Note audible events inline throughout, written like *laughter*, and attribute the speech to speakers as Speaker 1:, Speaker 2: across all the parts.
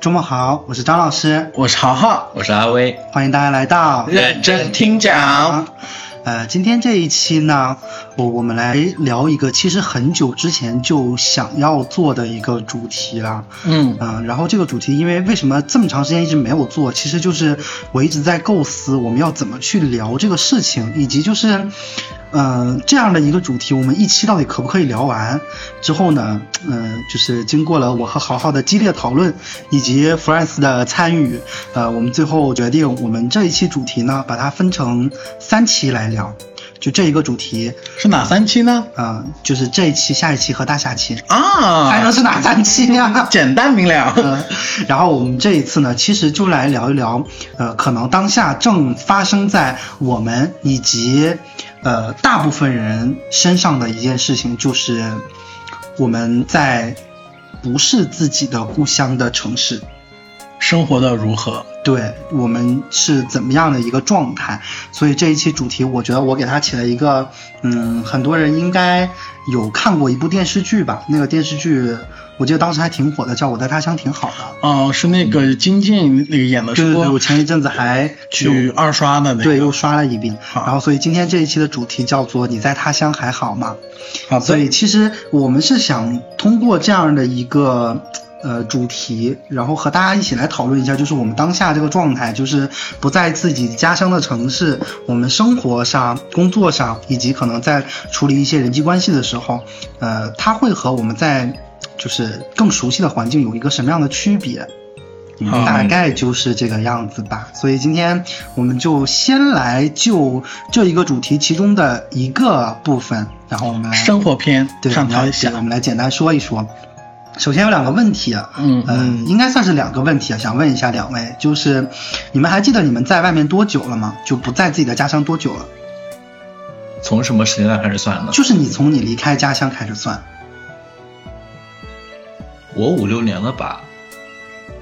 Speaker 1: 周末好，我是张老师，
Speaker 2: 我是豪豪，我是阿威，
Speaker 1: 欢迎大家来到
Speaker 2: 认真听讲。
Speaker 1: 呃，今天这一期呢，我我们来聊一个其实很久之前就想要做的一个主题啦。
Speaker 2: 嗯
Speaker 1: 嗯、然后这个主题，因为为什么这么长时间一直没有做，其实就是我一直在构思我们要怎么去聊这个事情，以及就是，呃，这样的一个主题，我们一期到底可不可以聊完？之后呢，嗯、就是经过了我和豪豪的激烈讨论，以及 Francis 的参与，呃，我们最后决定，我们这一期主题呢，把它分成三期来聊，就这一个主题，
Speaker 2: 是哪三期呢？
Speaker 1: 呃，就是这一期、下一期和大下期，
Speaker 2: 啊，
Speaker 1: 还能是哪三期呀、
Speaker 2: 简单明了。
Speaker 1: 呃， *laughs* 然后我们这一次呢，其实就来聊一聊，呃，可能当下正发生在我们以及呃大部分人身上的一件事情，就是我们在不是自己的故乡的城市，
Speaker 2: 生活的如何？
Speaker 1: 对我们是怎么样的一个状态？所以这一期主题，我觉得我给它起了一个，嗯，很多人应该有看过一部电视剧吧？那个电视剧我记得当时还挺火的，叫《我在他乡挺好的》。
Speaker 2: 哦，是那个金靖那个演的，
Speaker 1: 对
Speaker 2: 是
Speaker 1: 对对，我
Speaker 2: 不？
Speaker 1: 前一阵子还
Speaker 2: 去
Speaker 1: 有
Speaker 2: 二刷的那个。
Speaker 1: 对，又刷了一遍。
Speaker 2: 好
Speaker 1: 然后，所以今天这一期的主题叫做“你在他乡还好吗
Speaker 2: 好”。的。
Speaker 1: 啊所以，其实我们是想通过这样的一个呃主题，然后和大家一起来讨论一下，就是我们当下这个状态，就是不在自己家乡的城市，我们生活上、工作上，以及可能在处理一些人际关系的时候，呃，它会和我们在就是更熟悉的环境有一个什么样的区别？
Speaker 2: 好
Speaker 1: 大概就是这个样子吧。所以今天我们就先来就这一个主题其中的一个部分，然后我们来
Speaker 2: 生活篇
Speaker 1: 对
Speaker 2: 探讨
Speaker 1: 我们
Speaker 2: 一
Speaker 1: 来对我
Speaker 2: 下。
Speaker 1: 们来简单说一说。首先有两个问题啊，
Speaker 2: 嗯
Speaker 1: 嗯，应该算是两个问题啊，想问一下两位，就是你们还记得你们在外面多久了吗？就不在自己的家乡多久了？
Speaker 3: 从什么时间段开始算呢？
Speaker 1: 就是你从你离开家乡开始算，
Speaker 3: 我五六年了吧，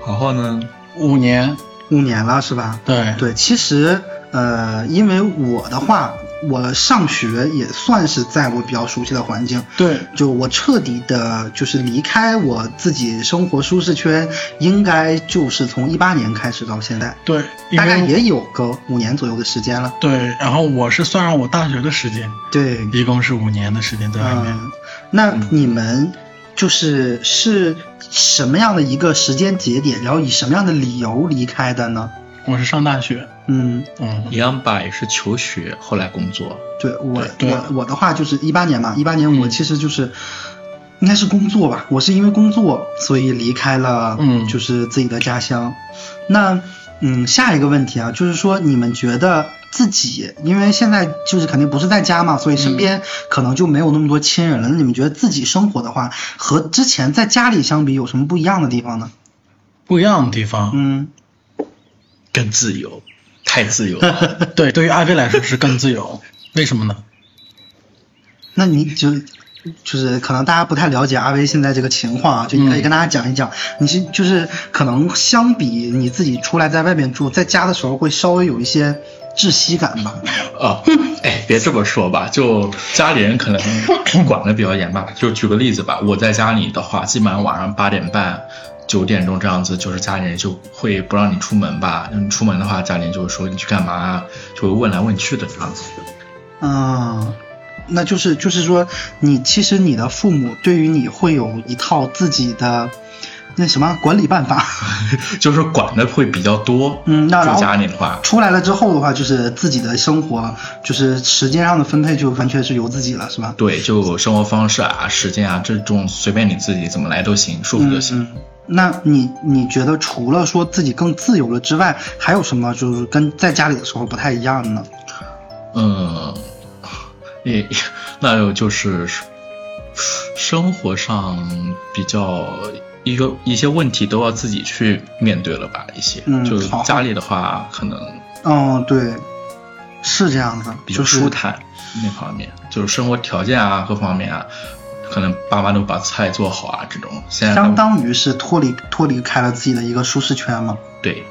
Speaker 3: 然后呢，
Speaker 2: 五年，
Speaker 1: 五年了是吧？
Speaker 2: 对
Speaker 1: 对，其实呃，因为我的话，我上学也算是在我比较熟悉的环境，
Speaker 2: 对
Speaker 1: 就我彻底的，就是离开我自己生活舒适圈，应该就是从一八年开始到现在，
Speaker 2: 对，因
Speaker 1: 大概
Speaker 2: 为
Speaker 1: 也有个五年左右的时间了。
Speaker 2: 对，然后我是算上我大学的时间，
Speaker 1: 对，
Speaker 2: 一共是五年的时间在外面。
Speaker 1: 嗯，那你们就是是什么样的一个时间节点，然后以什么样的理由离开的呢？
Speaker 2: 我是上大学，
Speaker 1: 嗯，
Speaker 2: 嗯，
Speaker 3: 一样吧，也是求学，后来工作。
Speaker 1: 对我
Speaker 2: 对啊
Speaker 1: 我我的话就是一八年嘛，一八年我
Speaker 2: 嗯
Speaker 1: 其实就是、应该是工作吧，我是因为工作所以离开了，
Speaker 2: 嗯
Speaker 1: 就是自己的家乡。那嗯，下一个问题啊，就是说你们觉得自己，因为现在就是肯定不是在家嘛，所以
Speaker 2: 嗯
Speaker 1: 身边可能就没有那么多亲人了。那你们觉得自己生活的话，和之前在家里相比有什么不一样的地方呢？
Speaker 2: 不一样的地方，
Speaker 1: 嗯，
Speaker 3: 更自由，太自由了。
Speaker 2: *laughs* 对，对于阿飞来说是更自由，为什么呢？
Speaker 1: 那你就就是可能大家不太了解阿威现在这个情况啊，就你可以
Speaker 2: 嗯
Speaker 1: 跟大家讲一讲，你是就是可能相比你自己出来在外面住，在家的时候会稍微有一些窒息感吧。
Speaker 3: 哦，哎，别这么说吧，就家里人可能
Speaker 1: *laughs*
Speaker 3: 管的比较严吧。就举个例子吧，我在家里的话，基本上晚上八点半、九点钟这样子，就是家里人就会不让你出门吧。你出门的话，家里人就会说你去干嘛啊，就会问来问去的这样子。 *laughs*
Speaker 1: 嗯，那就是就是说你其实你的父母对于你会有一套自己的那什么管理办法。
Speaker 3: 就是管的会比较多。
Speaker 1: 嗯那然后
Speaker 3: 住家里的话，
Speaker 1: 出来了之后的话，就是自己的生活，就是时间上的分配就完全是由自己了，是吧？
Speaker 3: 对，就生活方式啊、时间啊这种，随便你自己怎么来都行，舒服就行。
Speaker 1: 嗯嗯那你你觉得除了说自己更自由了之外，还有什么就是跟在家里的时候不太一样的呢？
Speaker 3: 嗯，也、 *laughs* 那有就是生活上比较一个一些问题都要自己去面对了吧，一些、
Speaker 1: 嗯
Speaker 3: 就
Speaker 1: 好
Speaker 3: 家里的话可能
Speaker 1: 嗯，对，是这样的，
Speaker 3: 比较
Speaker 1: 就是
Speaker 3: 舒坦那方面，就是生活条件啊各方面啊，可能爸妈都把菜做好啊这种，现在
Speaker 1: 相当于是脱离脱离开了自己的一个舒适圈嘛。
Speaker 3: 对。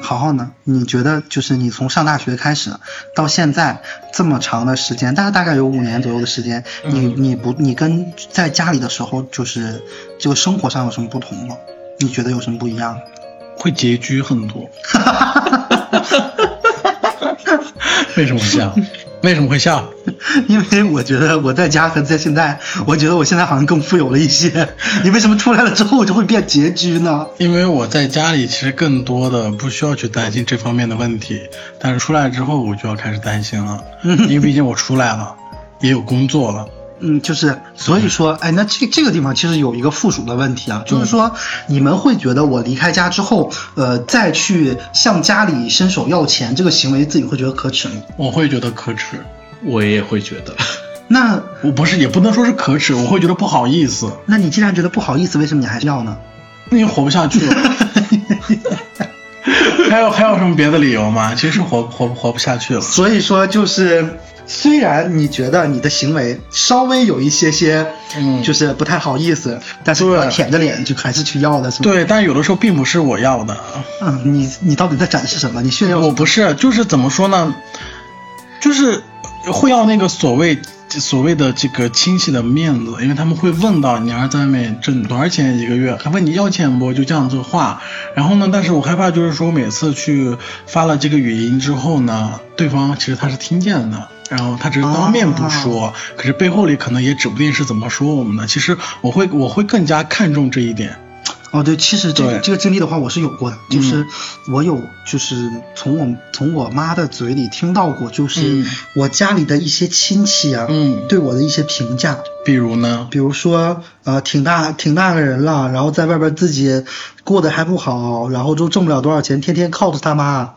Speaker 1: 豪豪呢？你觉得就是你从上大学开始到现在这么长的时间，大概大概有五年左右的时间，你
Speaker 2: 嗯
Speaker 1: 你不你跟在家里的时候就是这个生活上有什么不同吗？你觉得有什么不一样？
Speaker 2: 会拮据很
Speaker 3: *laughs*
Speaker 2: 多。为什么笑？为什么会笑？
Speaker 1: *laughs* 因为我觉得我在家和在现在，我觉得我现在好像更富有了一些。 *laughs* 你为什么出来了之后就会变拮据呢？
Speaker 2: 因为我在家里其实更多的不需要去担心这方面的问题，但是出来之后我就要开始担心了，
Speaker 3: 嗯
Speaker 2: 因为毕竟我出来了，也有工作了。
Speaker 1: 嗯，就是所以说，哎，那这这个地方其实有一个附属的问题啊，就是说你们会觉得我离开家之后，呃，再去向家里伸手要钱这个行为，自己会觉得可耻吗？
Speaker 2: 我会觉得可耻，
Speaker 3: 我也会觉得，
Speaker 1: 那
Speaker 2: 我不是也不能说是可耻，我会觉得不好意思，
Speaker 1: 那你既然觉得不好意思，为什么你还是要呢？
Speaker 2: 那也活不下去了。还有还有什么别的理由吗？其实活活活不下去了。
Speaker 1: 所以说，就是虽然你觉得你的行为稍微有一些些，
Speaker 2: 嗯
Speaker 1: 就是不太好意思，但是你
Speaker 2: 对
Speaker 1: 要舔着脸就还是去要的，是吗？，
Speaker 2: 对，但有的时候并不是我要的，
Speaker 1: 嗯，你你到底在展示什么？你炫耀
Speaker 2: 我不是，就是怎么说呢，就是会要那个所谓所谓的这个亲戚的面子，因为他们会问到你儿子在外面挣多少钱一个月，还问你要钱不，就这样子话。然后呢，但是我害怕就是说每次去发了这个语音之后呢，对方其实他是听见的。然后他只是当面不说，
Speaker 1: 哦
Speaker 2: 可是背后里可能也指不定是怎么说我们的。其实我会我会更加看重这一点，
Speaker 1: 哦，对，其实这个
Speaker 2: 对嗯
Speaker 1: 这个经历的话，我是有过的，就是我有就是从我从我妈的嘴里听到过，就是
Speaker 2: 嗯
Speaker 1: 我家里的一些亲戚啊，
Speaker 2: 嗯
Speaker 1: 对我的一些评价，
Speaker 2: 比如呢，
Speaker 1: 比如说呃挺大挺大个人了，然后在外边自己过得还不好，然后就挣不了多少钱，天天靠着他妈。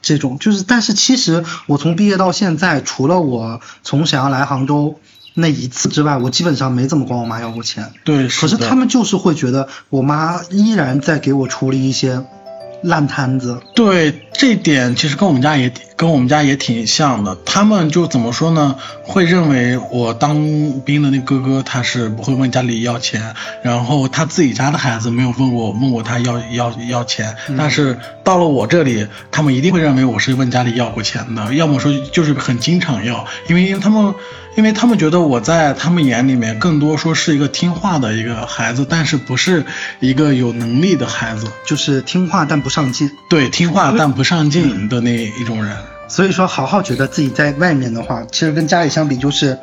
Speaker 1: 这种就是，但是其实我从毕业到现在，除了我从沈阳来杭州那一次之外，我基本上没怎么管我妈要过钱。
Speaker 2: 对，
Speaker 1: 可是
Speaker 2: 的
Speaker 1: 他们就是会觉得我妈依然在给我出了一些烂摊子，
Speaker 2: 对这点，其实跟我们家也跟我们家也挺像的。他们就怎么说呢？会认为我当兵的那哥哥他是不会问家里要钱，然后他自己家的孩子没有问过问过他要要要钱，但是到了我这里，他们一定会认为我是问家里要过钱的，要么说就是很经常要，因为因为他们因为他们觉得我在他们眼里面更多说是一个听话的一个孩子，但是不是一个有能力的孩子。
Speaker 1: 就是听话但不上进。
Speaker 2: 对，听话但不上进的那一种人。
Speaker 1: 所以说，好好觉得自己在外面的话，其实跟家里相比，就是，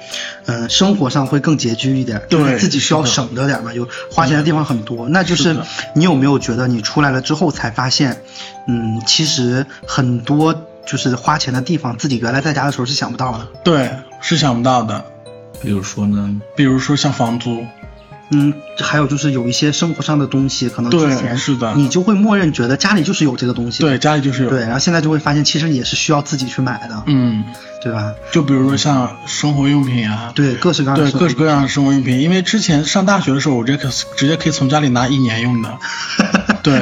Speaker 1: 嗯、生活上会更拮据一点，
Speaker 2: 对
Speaker 1: 就是自己需要
Speaker 2: 是的
Speaker 1: 省着点嘛，有花钱的地方很多。那就是是
Speaker 2: 的
Speaker 1: 你有没有觉得你出来了之后才发现，嗯，其实很多就是花钱的地方，自己原来在家的时候是想不到的。
Speaker 2: 对，是想不到的。
Speaker 3: 比如说呢，
Speaker 2: 比如说像房租，
Speaker 1: 嗯，还有就是有一些生活上的东西，可能之
Speaker 2: 对
Speaker 1: 前
Speaker 2: 是的
Speaker 1: 你就会默认觉得家里就是有这个东西，
Speaker 2: 对，家里就是有。
Speaker 1: 对，然后现在就会发现其实也是需要自己去买的，
Speaker 2: 嗯，
Speaker 1: 对吧？
Speaker 2: 就比如说像生活用品啊，
Speaker 1: 对，各式各样的
Speaker 2: 对
Speaker 1: 设
Speaker 2: 各
Speaker 1: 备
Speaker 2: 式各样的生活用品。因为之前上大学的时候，我直接可直接可以从家里拿一年用 *laughs* 的。对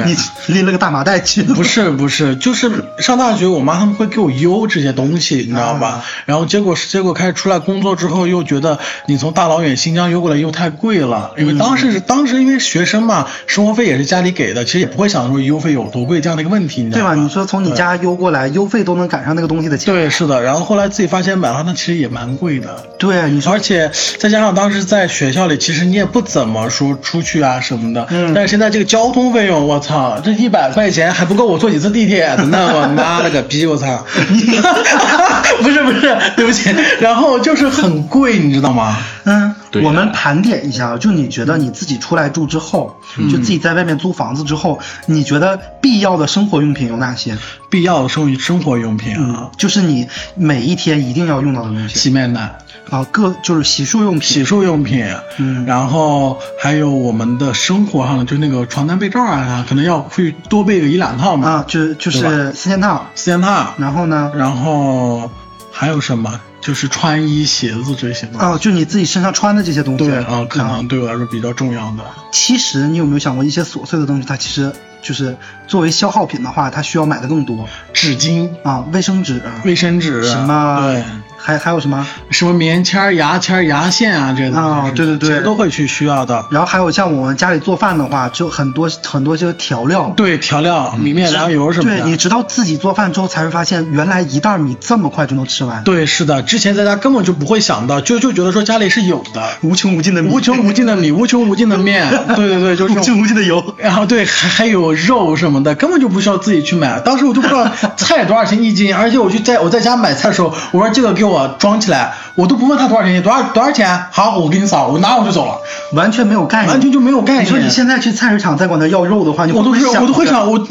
Speaker 1: *laughs* 你拎了个大麻袋去， *laughs*
Speaker 2: 不是不是，就是上大学，我妈他们会给我邮这些东西，你知道吧？
Speaker 1: 啊
Speaker 2: 然后结果是结果开始出来工作之后，又觉得你从大老远新疆邮过来又太贵了，因
Speaker 1: 嗯
Speaker 2: 为当时是、当时因为学生嘛，生活费也是家里给的，其实也不会想说邮费有多贵这样的一个问题，你知
Speaker 1: 对
Speaker 2: 道
Speaker 1: 吧？
Speaker 2: 吧？
Speaker 1: 你说从你家邮过来，邮费都能赶上那个东西的钱，
Speaker 2: 对，是的。然后后来自己发现买了，那其实也蛮贵的。
Speaker 1: 对，啊你说
Speaker 2: 而且再加上当时在学校里，其实你也不怎么说出去啊什么的。
Speaker 1: 嗯
Speaker 2: 但是现在这个交通费用，我操，这一百块钱还不够我坐几次地铁的呢！我妈了个逼，
Speaker 1: *laughs*
Speaker 2: 我操！ *laughs* 不是不是，对不起。然后就是很贵，你知道吗？
Speaker 1: 嗯，
Speaker 3: 对呀
Speaker 1: 我们盘点一下啊，就你觉得你自己出来住之后，
Speaker 2: 嗯
Speaker 1: 就自己在外面租房子之后，你觉得必要的生活用品有哪些？嗯
Speaker 2: 必要的生生活用品啊，
Speaker 1: 就是你每一天一定要用到的东西
Speaker 2: 洗面奶、
Speaker 1: 啊，各就是洗漱用
Speaker 2: 洗
Speaker 1: 品，
Speaker 2: 漱用品，
Speaker 1: 嗯
Speaker 2: 然后还有我们的生活上的，就那个床单被罩啊，可能要会多备个一两套嘛，
Speaker 1: 啊，嗯就就
Speaker 2: 对
Speaker 1: 是四件套，
Speaker 2: 四件套，
Speaker 1: 然后呢，
Speaker 2: 然后还有什么？就是穿衣、鞋子这些东西。
Speaker 1: 啊，就你自己身上穿的这些东西，
Speaker 2: 对啊，可
Speaker 1: 啊
Speaker 2: 能对我来说比较重要的。
Speaker 1: 其实你有没有想过，一些琐碎的东西，它其实就是作为消耗品的话，他需要买的更多
Speaker 2: 纸巾、
Speaker 1: 啊，卫生纸、
Speaker 2: 卫生纸啊
Speaker 1: 什么
Speaker 2: 对，
Speaker 1: 还还有什么？
Speaker 2: 什么棉签儿、牙签儿、牙线啊，这些东
Speaker 1: 啊
Speaker 2: 西
Speaker 1: 对对对
Speaker 2: 其实都会去需要的。
Speaker 1: 然后还有像我们家里做饭的话，就很多很多这个调料，
Speaker 2: 对，调料、米面粮油什么的。
Speaker 1: 嗯对你直到自己做饭之后才会发现，原来一袋米这么快就能吃完，
Speaker 2: 对是的，之前在家根本就不会想到，就就觉得说家里是有的，
Speaker 1: 无穷无尽的米，
Speaker 2: 无穷无尽的米，无穷无尽的面，对对对，就是
Speaker 1: 无穷
Speaker 2: 这种。
Speaker 1: 无尽的油。
Speaker 2: 然后对，还还有肉什么的，根本就不需要自己去买。当时我就不知道菜多少钱一斤，而且我去在我在家买菜的时候，我说这个给我装起来，我都不问他多少钱一斤，多少多少钱，好，我给你扫，我拿我就走了，
Speaker 1: 完全没有概念，
Speaker 2: 完全就没有概念。
Speaker 1: 你说你现在去菜市场再管他要肉的话，你
Speaker 2: 我
Speaker 1: 会
Speaker 2: 都
Speaker 1: 不
Speaker 2: 是
Speaker 1: 想
Speaker 2: 我都会
Speaker 1: 着
Speaker 2: 想，我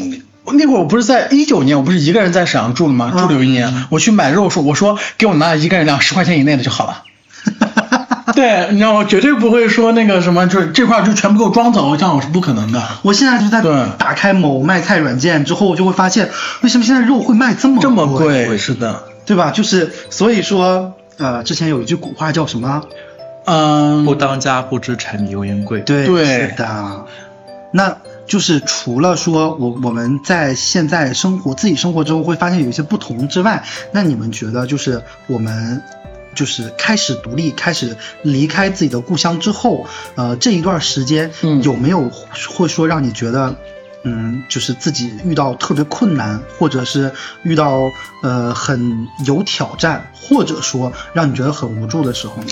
Speaker 2: 我那会儿我不是在一九年，我不是一个人在沈阳住了吗？
Speaker 1: 嗯
Speaker 2: 住了有一年，我去买肉说，我说给我拿一个人两十块钱以内的就好了。 *laughs* 对，你知道我绝对不会说那个什么，就是这块儿就全部给我装走，这样我是不可能的。
Speaker 1: 我现在就在
Speaker 2: 对
Speaker 1: 打开某卖菜软件之后，我就会发现为什么现在肉会卖这么
Speaker 2: 这么
Speaker 1: 贵，
Speaker 2: 贵，是的，
Speaker 1: 对吧？就是所以说，呃，之前有一句古话叫什么？
Speaker 2: 嗯
Speaker 3: 不，当家不知柴米油盐贵。
Speaker 1: 对，
Speaker 2: 对
Speaker 1: 是的。那就是除了说我我们在现在生活自己生活之后会发现有一些不同之外，那你们觉得就是我们就是开始独立，开始离开自己的故乡之后，呃，这一段时间
Speaker 2: 嗯
Speaker 1: 有没有会说让你觉得？嗯，就是自己遇到特别困难，或者是遇到呃很有挑战，或者说让你觉得很无助的时候呢？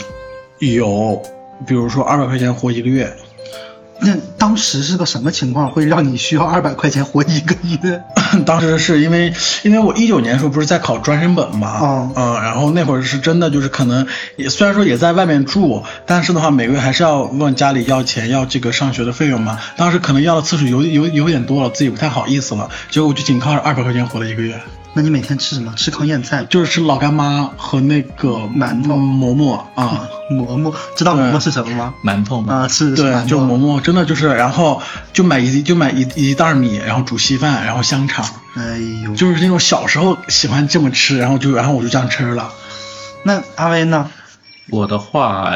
Speaker 2: 有，比如说二百块钱活一个月， *laughs*
Speaker 1: 那当时是个什么情况，会让你需要二百块钱活一个月？
Speaker 2: 当时是因为，因为我一九年的时候不是在考专升本嘛，
Speaker 1: 哦
Speaker 2: 嗯，然后那会儿是真的就是可能也虽然说也在外面住，但是的话每个月还是要问家里要钱，要这个上学的费用嘛。当时可能要的次数有有有点多了，自己不太好意思了，结果我就仅靠着二百块钱活了一个月，
Speaker 1: 那你每天吃什么？吃糠咽菜、
Speaker 2: 就是吃老干妈和那个嗯
Speaker 1: 馒头
Speaker 2: 馍馍
Speaker 1: *laughs*
Speaker 2: 啊。
Speaker 1: 馍馍，知道馍馍是什么吗？
Speaker 3: 馒头嘛，
Speaker 1: 啊，是是
Speaker 2: 嗯对，
Speaker 1: 馒
Speaker 2: 就馍
Speaker 1: 头。
Speaker 2: 馍，真的就是，然后就买一就买一一袋米，然后煮稀饭，然后香肠，
Speaker 1: 哎呦，
Speaker 2: 就是那种小时候喜欢这么吃，然后就然后我就这样吃了。
Speaker 1: 那阿威呢？
Speaker 3: 我的话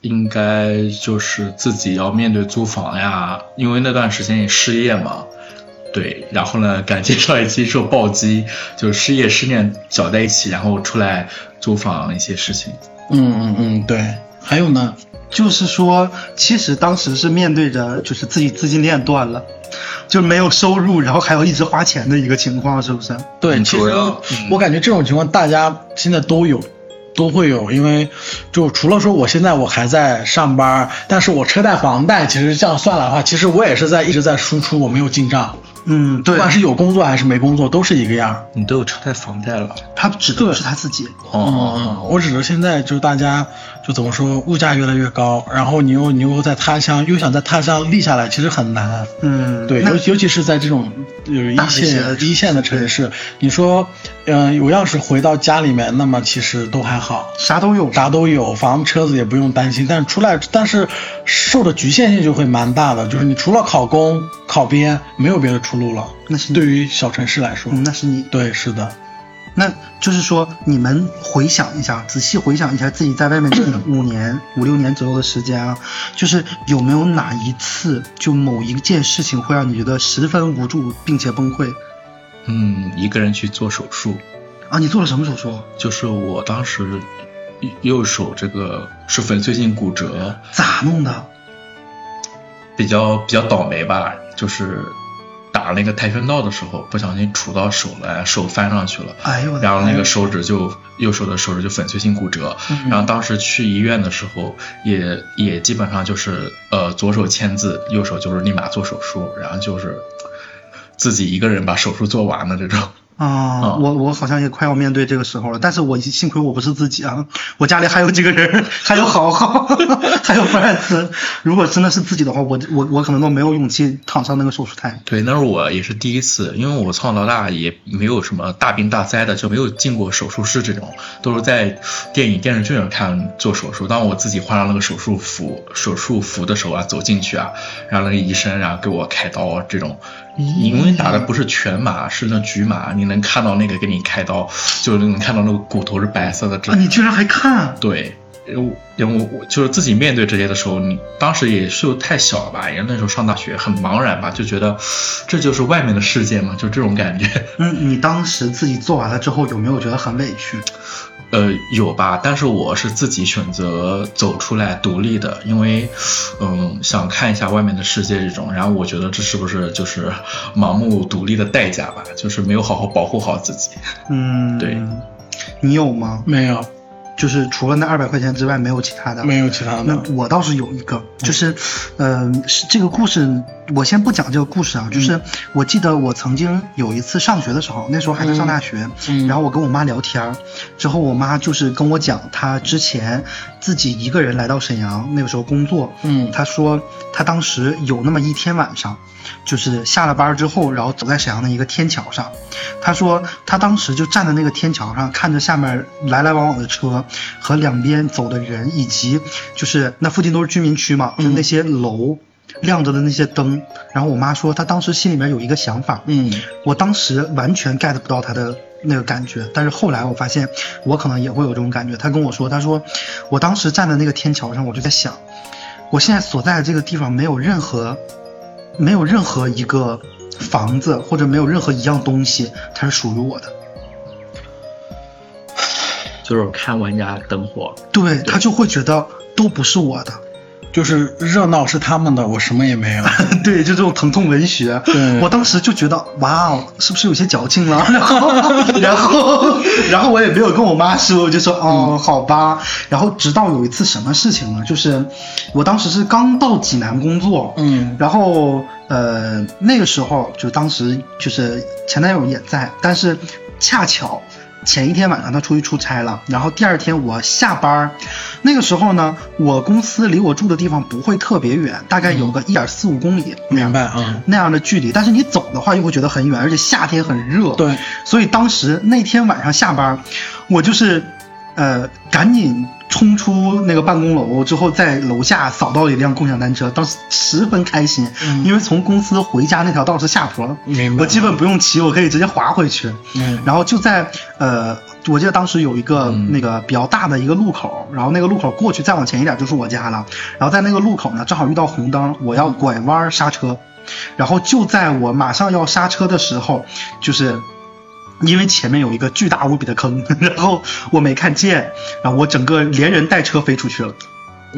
Speaker 3: 应该就是自己要面对租房呀，因为那段时间也失业嘛。对，然后呢，感谢上一期说暴击，就是失业失恋搅在一起，然后出来租房一些事情。
Speaker 2: 嗯嗯嗯，对。还有呢，
Speaker 1: 就是说，其实当时是面对着就是自己资金链断了，就没有收入，然后还要一直花钱的一个情况，是不是？
Speaker 2: 对，
Speaker 3: 嗯
Speaker 2: 其实
Speaker 3: 主要
Speaker 2: 我感觉这种情况大家现在都有，都会有，因为就除了说我现在我还在上班，但是我车贷、房贷，其实这样算来的话，其实我也是在一直在输出，我没有进账，
Speaker 1: 嗯，
Speaker 2: 不
Speaker 1: 对，
Speaker 2: 管是有工作还是没工作，都是一个样儿。
Speaker 3: 你都有车贷、房贷了。哦
Speaker 1: 他指的不是他自己，
Speaker 2: 嗯，我只是现在就是大家就怎么说，物价越来越高，然后你又你又在他乡，又想在他乡立下来，其实很难。
Speaker 1: 嗯，
Speaker 2: 对，
Speaker 1: 那
Speaker 2: 尤尤其是在这种呃一
Speaker 1: 大城市
Speaker 2: 线
Speaker 1: 的
Speaker 2: 一线的城市，你说，嗯、我要是回到家里面，那么其实都还好，
Speaker 1: 啥都有，
Speaker 2: 啥都有，房车子也不用担心。但是出来，但是受的局限性就会蛮大的，就是你除了考公、考编，没有别的出路了。
Speaker 1: 那是你
Speaker 2: 对于小城市来说，
Speaker 1: 嗯那是你
Speaker 2: 对，是的，
Speaker 1: 那就是说，你们回想一下，仔细回想一下自己在外面这五年、五六年左右的时间啊，就是有没有哪一次，就某一件事情会让你觉得十分无助并且崩溃
Speaker 3: 嗯，一个人去做手术，
Speaker 1: 啊？你做了什么手术？
Speaker 3: 就是我当时右手这个是粉碎性骨折，
Speaker 1: 咋弄的？
Speaker 3: 比较比较倒霉吧，就是打那个跆拳道的时候不小心杵到手了，手翻上去了，
Speaker 1: 哎呦我的
Speaker 3: 然后
Speaker 1: 妈
Speaker 3: 那
Speaker 1: 呀
Speaker 3: 个手指就右手的手指就粉碎性骨折，
Speaker 1: 嗯
Speaker 3: 然后当时去医院的时候也也基本上就是呃左手签字，右手就是立马做手术，然后就是自己一个人把手术做完了这种。
Speaker 1: 啊，
Speaker 3: 嗯
Speaker 1: 我我好像也快要面对这个时候了，但是我幸亏我不是自己啊，我家里还有几个人，还有好好， *laughs* 还有弗兰茨。如果真的是自己的话，我我我可能都没有勇气躺上那个手术台。
Speaker 3: 对，那是我也是第一次，因为我从小到大也没有什么大病大灾的，就没有进过手术室这种，都是在电影电视剧上看做手术。当我自己换上那个手术服、手术服的时候啊，走进去啊，然后那个医生然后给我开刀啊这种，因为打的不是全麻，是那局麻，你能看到那个给你开刀，就是能看到那个骨头是白色的。这
Speaker 1: 啊，你居然还看？
Speaker 3: 对，因为我我就是自己面对这些的时候，你当时也是太小了吧，也那时候上大学很茫然吧，就觉得这就是外面的世界嘛，就这种感觉。
Speaker 1: 嗯，你当时自己做完了之后，有没有觉得很委屈？
Speaker 3: 呃，有吧，但是我是自己选择走出来独立的，因为，嗯，想看一下外面的世界这种。然后我觉得这是不是就是盲目独立的代价吧？就是没有好好保护好自
Speaker 1: *laughs*
Speaker 3: 己。
Speaker 1: 嗯，
Speaker 3: 对。
Speaker 1: 你有吗？
Speaker 2: 没有，
Speaker 1: 就是除了那二百块钱之外，没有其他的。
Speaker 2: 没有其他
Speaker 1: 那
Speaker 2: 的。
Speaker 1: 我倒是有一个，就是，嗯、是这个故事，我先不讲这个故事啊，
Speaker 2: 嗯
Speaker 1: 就是我记得我曾经有一次上学的时候，那时候还在上大学，
Speaker 2: 嗯
Speaker 1: 然后我跟我妈聊天儿，之后我妈就是跟我讲，她之前自己一个人来到沈阳，那个时候工作，
Speaker 2: 嗯
Speaker 1: 她说她当时有那么一天晚上，就是下了班之后，然后走在沈阳的一个天桥上，她说她当时就站在那个天桥上，看着下面来来往往的车和两边走的人，以及就是那附近都是居民区嘛，就那些楼。亮着的那些灯，然后我妈说，她当时心里面有一个想法，
Speaker 2: 嗯
Speaker 1: 我当时完全 get 不到他的那个感觉，但是后来我发现我可能也会有这种感觉。他跟我说，他说我当时站在那个天桥上，我就在想，我现在所在的这个地方没有任何没有任何一个房子或者没有任何一样东西，它是属于我的。
Speaker 4: 就是看万家灯火，
Speaker 1: 对他就会觉得都不是我的，
Speaker 2: 就是热闹是他们的，我什么也没有。
Speaker 1: *laughs* 对，就这种疼痛文学
Speaker 2: 对，
Speaker 1: 我当时就觉得哇哦，是不是有些矫情了？ *laughs* 然后，然后，然后我也没有跟我妈说，我就说哦，好吧。然后直到有一次什么事情呢？就是我当时是刚到济南工作， *laughs*
Speaker 2: 嗯
Speaker 1: 然后呃那个时候就当时就是前男友也在，但是恰巧前一天晚上他出去出差了，然后第二天我下班儿，那个时候呢我公司离我住的地方不会特别远，大概有个一点四五公里
Speaker 2: 明
Speaker 1: *laughs*
Speaker 2: 白啊、
Speaker 1: 那样的距离，但是你走的话又会觉得很远，而且夏天很热， *laughs*
Speaker 2: 对，
Speaker 1: 所以当时那天晚上下班，我就是，呃，赶紧冲出那个办公楼，之后在楼下扫到一辆共享单车，当时十分开心，
Speaker 2: 嗯
Speaker 1: 因为从公司回家那条道是下坡，
Speaker 2: 明白。
Speaker 1: 我基本不用骑，我可以直接滑回去。
Speaker 2: 嗯
Speaker 1: 然后就在呃，我记得当时有一个那个比较大的一个路口，然后那个路口过去再往前一点就是我家了。然后在那个路口呢，正好遇到红灯，我要拐弯刹车，然后就在我马上要刹车的时候，就是。因为前面有一个巨大无比的坑， *laughs* 然后我没看见，然后我整个连人带车飞出去了。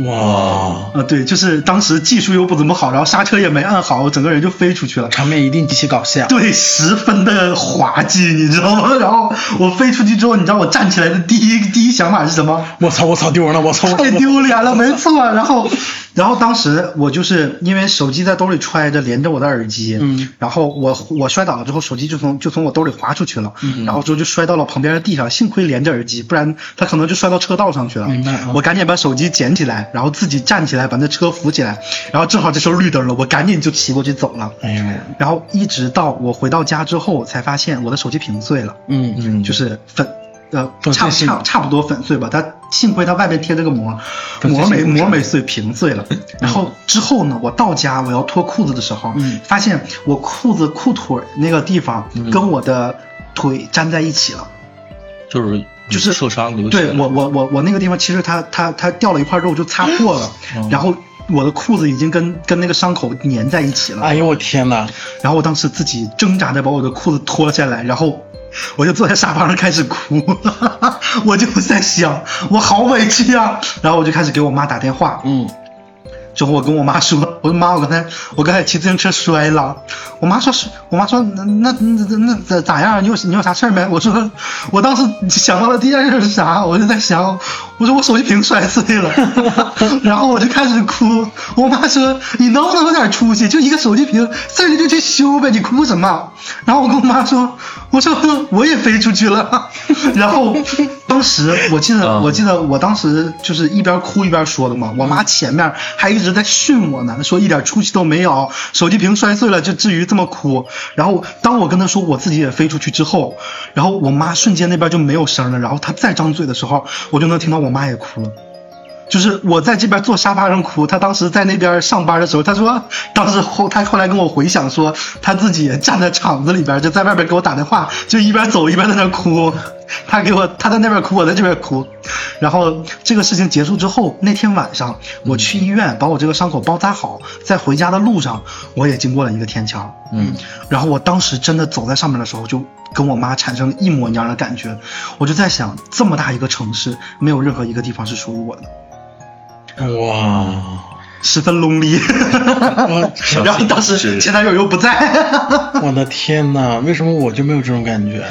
Speaker 2: 哇，
Speaker 1: 啊，对，就是当时技术又不怎么好，然后刹车也没按好，我整个人就飞出去了。
Speaker 2: 场面一定极其搞笑。
Speaker 1: 对，十分的滑稽，你知道吗？然后我飞出去之后，你知道我站起来的第一第一想法是什么？
Speaker 2: 我操！我操！哎丢人了！我操！
Speaker 1: 太丢脸了，没错。啊然后，然后当时我就是因为手机在兜里揣着，连着我的耳机，
Speaker 2: 嗯，
Speaker 1: 然后我我摔倒了之后，手机就从就从我兜里滑出去了，然后之后就摔到了旁边的地上，幸亏连着耳机，不然它可能就摔到车道上去了。
Speaker 2: 明白啊
Speaker 1: 我赶紧把手机捡起来，然后自己站起来把那车扶起来，然后正好这时候绿灯了，我赶紧就骑过去走了。
Speaker 2: 哎呦，
Speaker 1: 然后一直到我回到家之后，才发现我的手机屏碎了，
Speaker 2: 嗯嗯，哦
Speaker 1: 就是粉，呃，
Speaker 2: 粉
Speaker 1: 差
Speaker 2: 碎性
Speaker 1: 差差不多粉碎吧。它幸亏它外面贴着个膜，
Speaker 2: *laughs* 粉碎
Speaker 1: 膜
Speaker 2: 性
Speaker 1: 没
Speaker 2: 骨折
Speaker 1: 膜没碎，屏碎
Speaker 2: *laughs*
Speaker 1: 了。然后之后呢，我到家我要脱裤子的时候，
Speaker 2: 嗯
Speaker 1: 发现我裤子裤腿那个地方跟我的腿粘在一起了。
Speaker 3: 就是
Speaker 1: 就是
Speaker 3: 受伤流血
Speaker 1: 对
Speaker 3: 了，
Speaker 1: 我我我我那个地方，其实它它它掉了一块肉就擦破了，
Speaker 2: 哦
Speaker 1: 然后我的裤子已经跟跟那个伤口粘在一起了。
Speaker 2: 哎呦我天哪！
Speaker 1: 然后我当时自己挣扎着把我的裤子脱下来，然后我就坐在沙发上开始哭， *laughs* 我就在想，我好委屈啊！然后我就开始给我妈打电话，
Speaker 2: 嗯，
Speaker 1: 之后我跟我妈说，我说妈，我刚才我刚才骑自行车摔了。我妈说是，我妈说那那那那咋咋样？你有你有啥事儿没？我说我当时想到的第一件事是啥？我就在想，我说我手机屏摔碎了， *laughs* 然后我就开始哭。我妈说你能不能有点出息？就一个手机屏碎了就去修呗，你哭什么？然后我跟我妈说，我说我也飞出去了。 *laughs* 然后当时我记得
Speaker 3: 嗯
Speaker 1: 我记得我当时就是一边哭一边说的嘛，我妈前面还一直在训我呢，说一点出息都没有，手机屏摔碎了就至于这么哭。然后当我跟她说我自己也飞出去之后，然后我妈瞬间那边就没有声了，然后她再张嘴的时候，我就能听到我妈也哭了。就是我在这边坐沙发上哭，他当时在那边上班的时候，他说当时后他后来跟我回想说，他自己也站在厂子里边，就在外边给我打电话，就一边走一边在那哭。他给我他在那边哭，我在这边哭。然后这个事情结束之后，那天晚上我去医院把我这个伤口包扎好，在回家的路上，我也经过了一个天桥。
Speaker 3: 嗯，
Speaker 1: 然后我当时真的走在上面的时候，就跟我妈产生了一模一样的感觉。我就在想，这么大一个城市，没有任何一个地方是属于我的，
Speaker 2: 哇，
Speaker 1: 十分 lonely。
Speaker 2: 我
Speaker 1: 然后当时前男友又不在，
Speaker 2: 我的天呐，为什么我就没有这种感觉？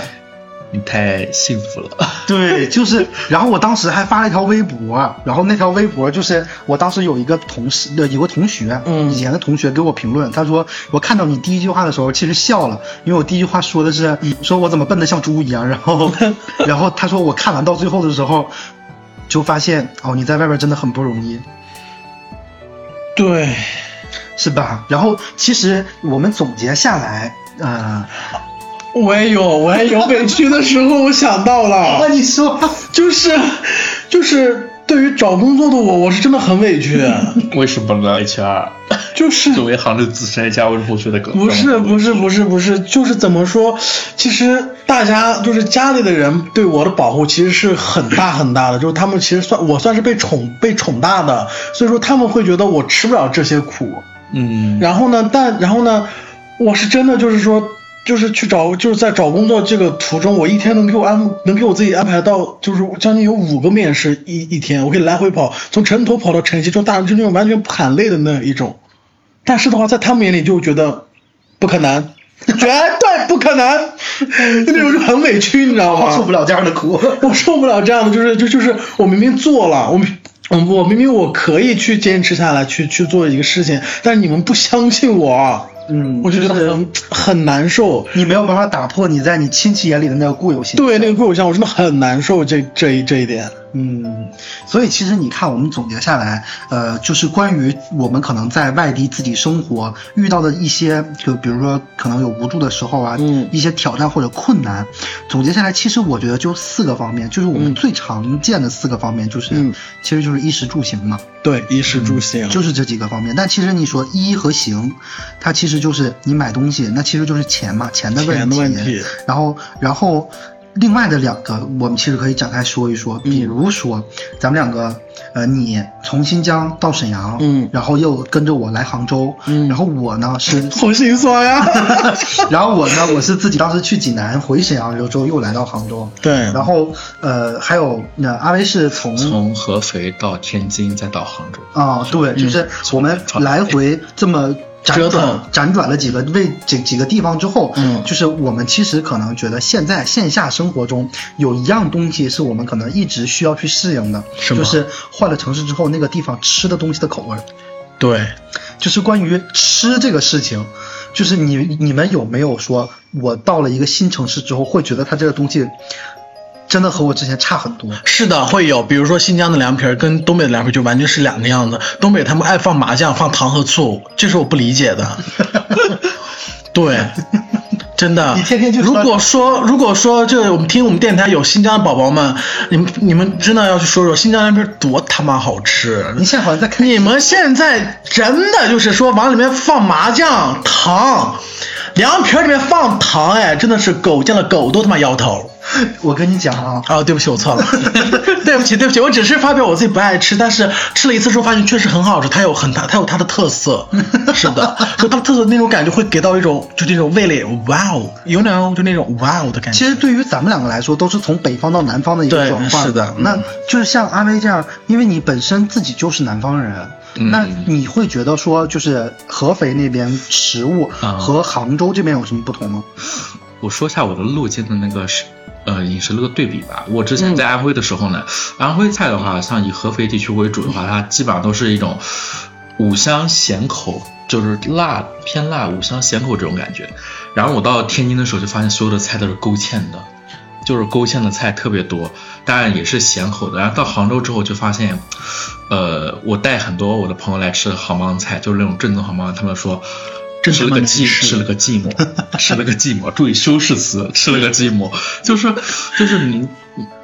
Speaker 3: 你太幸福了，
Speaker 1: 对，就是，然后我当时还发了一条微博，然后那条微博就是我当时有一个同事，呃有个同学，
Speaker 2: 嗯
Speaker 1: 以前的同学给我评论，他说我看到你第一句话的时候，其实笑了，因为我第一句话说的是，说我怎么笨得像猪一样，然 *laughs* 后，然后他说我看完到最后的时候，就发现哦，你在外边真的很不容易，
Speaker 2: 对，
Speaker 1: 是吧？然后其实我们总结下来，啊、
Speaker 2: 我也有，我也有委屈的时候，我想到
Speaker 1: 呃，
Speaker 2: *laughs* 了，
Speaker 1: 你说，
Speaker 2: 就是，就是对于找工作的我，我是真的很委屈，
Speaker 3: 为什么呢？HR
Speaker 2: *coughs* *laughs* 就是
Speaker 3: 作为行业资深 HR，为什么会觉得更
Speaker 2: 不是不是不是不是，就是怎么说？其实大家就是家里的人对我的保护其实是很大很大的，就是他们其实算我算是被宠被宠大的，所以说他们会觉得我吃不了这些苦。
Speaker 3: 嗯，
Speaker 2: 然后呢，但然后呢，我是真的就是说，就是去找，就是在找工作这个途中，我一天能给我安，能给我自己安排到，就是将近有五个面试一一天，我可以来回跑，从城头跑到城西，就大就那种完全不喊累的那一种。但是的话，在他们眼里就觉得不可能，绝对不可能，就那种就很委屈，你知道吗？
Speaker 1: 我受不了这样的苦。
Speaker 2: *laughs* 我受不了这样的，就是就就是我明明做了，我明我我明明我可以去坚持下来，去去做一个事情，但是你们不相信我，
Speaker 1: 嗯
Speaker 2: 我就觉得很很难受。
Speaker 1: 你没有办法打破你在你亲戚眼里的那个固有形象。
Speaker 2: 对那个贵偶像，我真的很难受这这一这一点。
Speaker 1: 嗯，所以其实你看，我们总结下来，呃，就是关于我们可能在外地自己生活遇到的一些，就比如说可能有无助的时候啊，
Speaker 2: 嗯
Speaker 1: 一些挑战或者困难。总结下来，其实我觉得就四个方面，就是我们
Speaker 2: 嗯
Speaker 1: 最常见的四个方面，就是、
Speaker 2: 嗯
Speaker 1: 其实就是衣食住行嘛。
Speaker 2: 对，衣食住行，
Speaker 1: 就是这几个方面。但其实你说衣和行，它其实就是你买东西，那其实就是钱嘛，钱的问题。
Speaker 2: 钱的问题
Speaker 1: 然后，然后另外的两个，我们其实可以展开说一说。
Speaker 2: 嗯
Speaker 1: 比如说，咱们两个，呃，你从新疆到沈阳，
Speaker 2: 嗯
Speaker 1: 然后又跟着我来杭州，
Speaker 2: 嗯
Speaker 1: 然后我
Speaker 2: *laughs*
Speaker 1: 呢是。
Speaker 2: 好心酸呀。
Speaker 1: 然后我呢，我是自己当时去济南，回沈阳之后又来到杭州，
Speaker 2: *laughs* 对，
Speaker 1: 然后呃，还有那、阿威是
Speaker 3: 从合肥到天津再到杭州，
Speaker 1: 啊、对，就是我们来回这么辗
Speaker 2: 折
Speaker 1: 转
Speaker 2: 腾
Speaker 1: 辗转了几个位几几个地方之后，
Speaker 2: 嗯
Speaker 1: 就是我们其实可能觉得现在线下生活中有一样东西是我们可能一直需要去适应的，
Speaker 2: 什么
Speaker 1: 就是换了城市之后那个地方吃的东西的口味儿，
Speaker 2: 对，
Speaker 1: 就是关于吃这个事情，就是你你们有没有说我到了一个新城市之后会觉得它这个东西真的和我之前差很多？
Speaker 2: 是的，会有，比如说新疆的凉皮儿跟东北的凉皮儿就完全是两个样子。东北他们爱放麻酱、放糖和醋，这是我不理解的。
Speaker 1: *laughs*
Speaker 2: 对，真的。
Speaker 1: 你天天就
Speaker 2: 如
Speaker 1: 说
Speaker 2: 果说如果说这我们听我们电台有新疆的宝宝们，你们你们真的要去说说新疆凉皮儿多他妈好吃。
Speaker 1: 你现在好像在看
Speaker 2: 你们现在真的就是说往里面放麻酱、糖，凉皮儿里面放糖，哎，真的是狗见了狗都他妈摇头。
Speaker 1: 我跟你讲啊，
Speaker 2: 啊，对不起，我错了， *laughs* 对不起，对不起，我只是发表我自己不爱吃，但是吃了一次之后发现确实很好吃，它有很大，它有它的特色，是的，就它的特色那种感觉会给到一种就这种味蕾，哇哦，有那种就那种哇哦的感觉。
Speaker 1: 其实对于咱们两个来说，都是从北方到南方的一个
Speaker 2: 对
Speaker 1: 转换。
Speaker 2: 是的嗯
Speaker 1: 那就是像阿威这样，因为你本身自己就是南方人，
Speaker 3: 嗯
Speaker 1: 那你会觉得说，就是合肥那边食物
Speaker 3: 啊
Speaker 1: 和杭州这边有什么不同吗？
Speaker 3: 我说一下我的路径的那个是。呃，饮食的那个对比吧。我之
Speaker 2: 嗯
Speaker 3: 前在安徽的时候呢，安徽菜的话，像以合肥地区为主的话，它基本上都是一种五香咸口，就是辣偏辣五香咸口这种感觉。然后我到天津的时候，就发现所有的菜都是勾芡的，就是勾芡的菜特别多，当然也是咸口的。然后到杭州之后，就发现，呃，我带很多我的朋友来吃杭帮菜，就是那种正宗杭帮，他们说。
Speaker 2: 真他
Speaker 3: 吃了
Speaker 2: 妈
Speaker 3: 个
Speaker 2: 难
Speaker 3: 寂，
Speaker 2: 吃
Speaker 3: 吃了个寂寞，吃了个寂寞，注意修饰词，吃了个 *laughs* 寂寞，就是就是你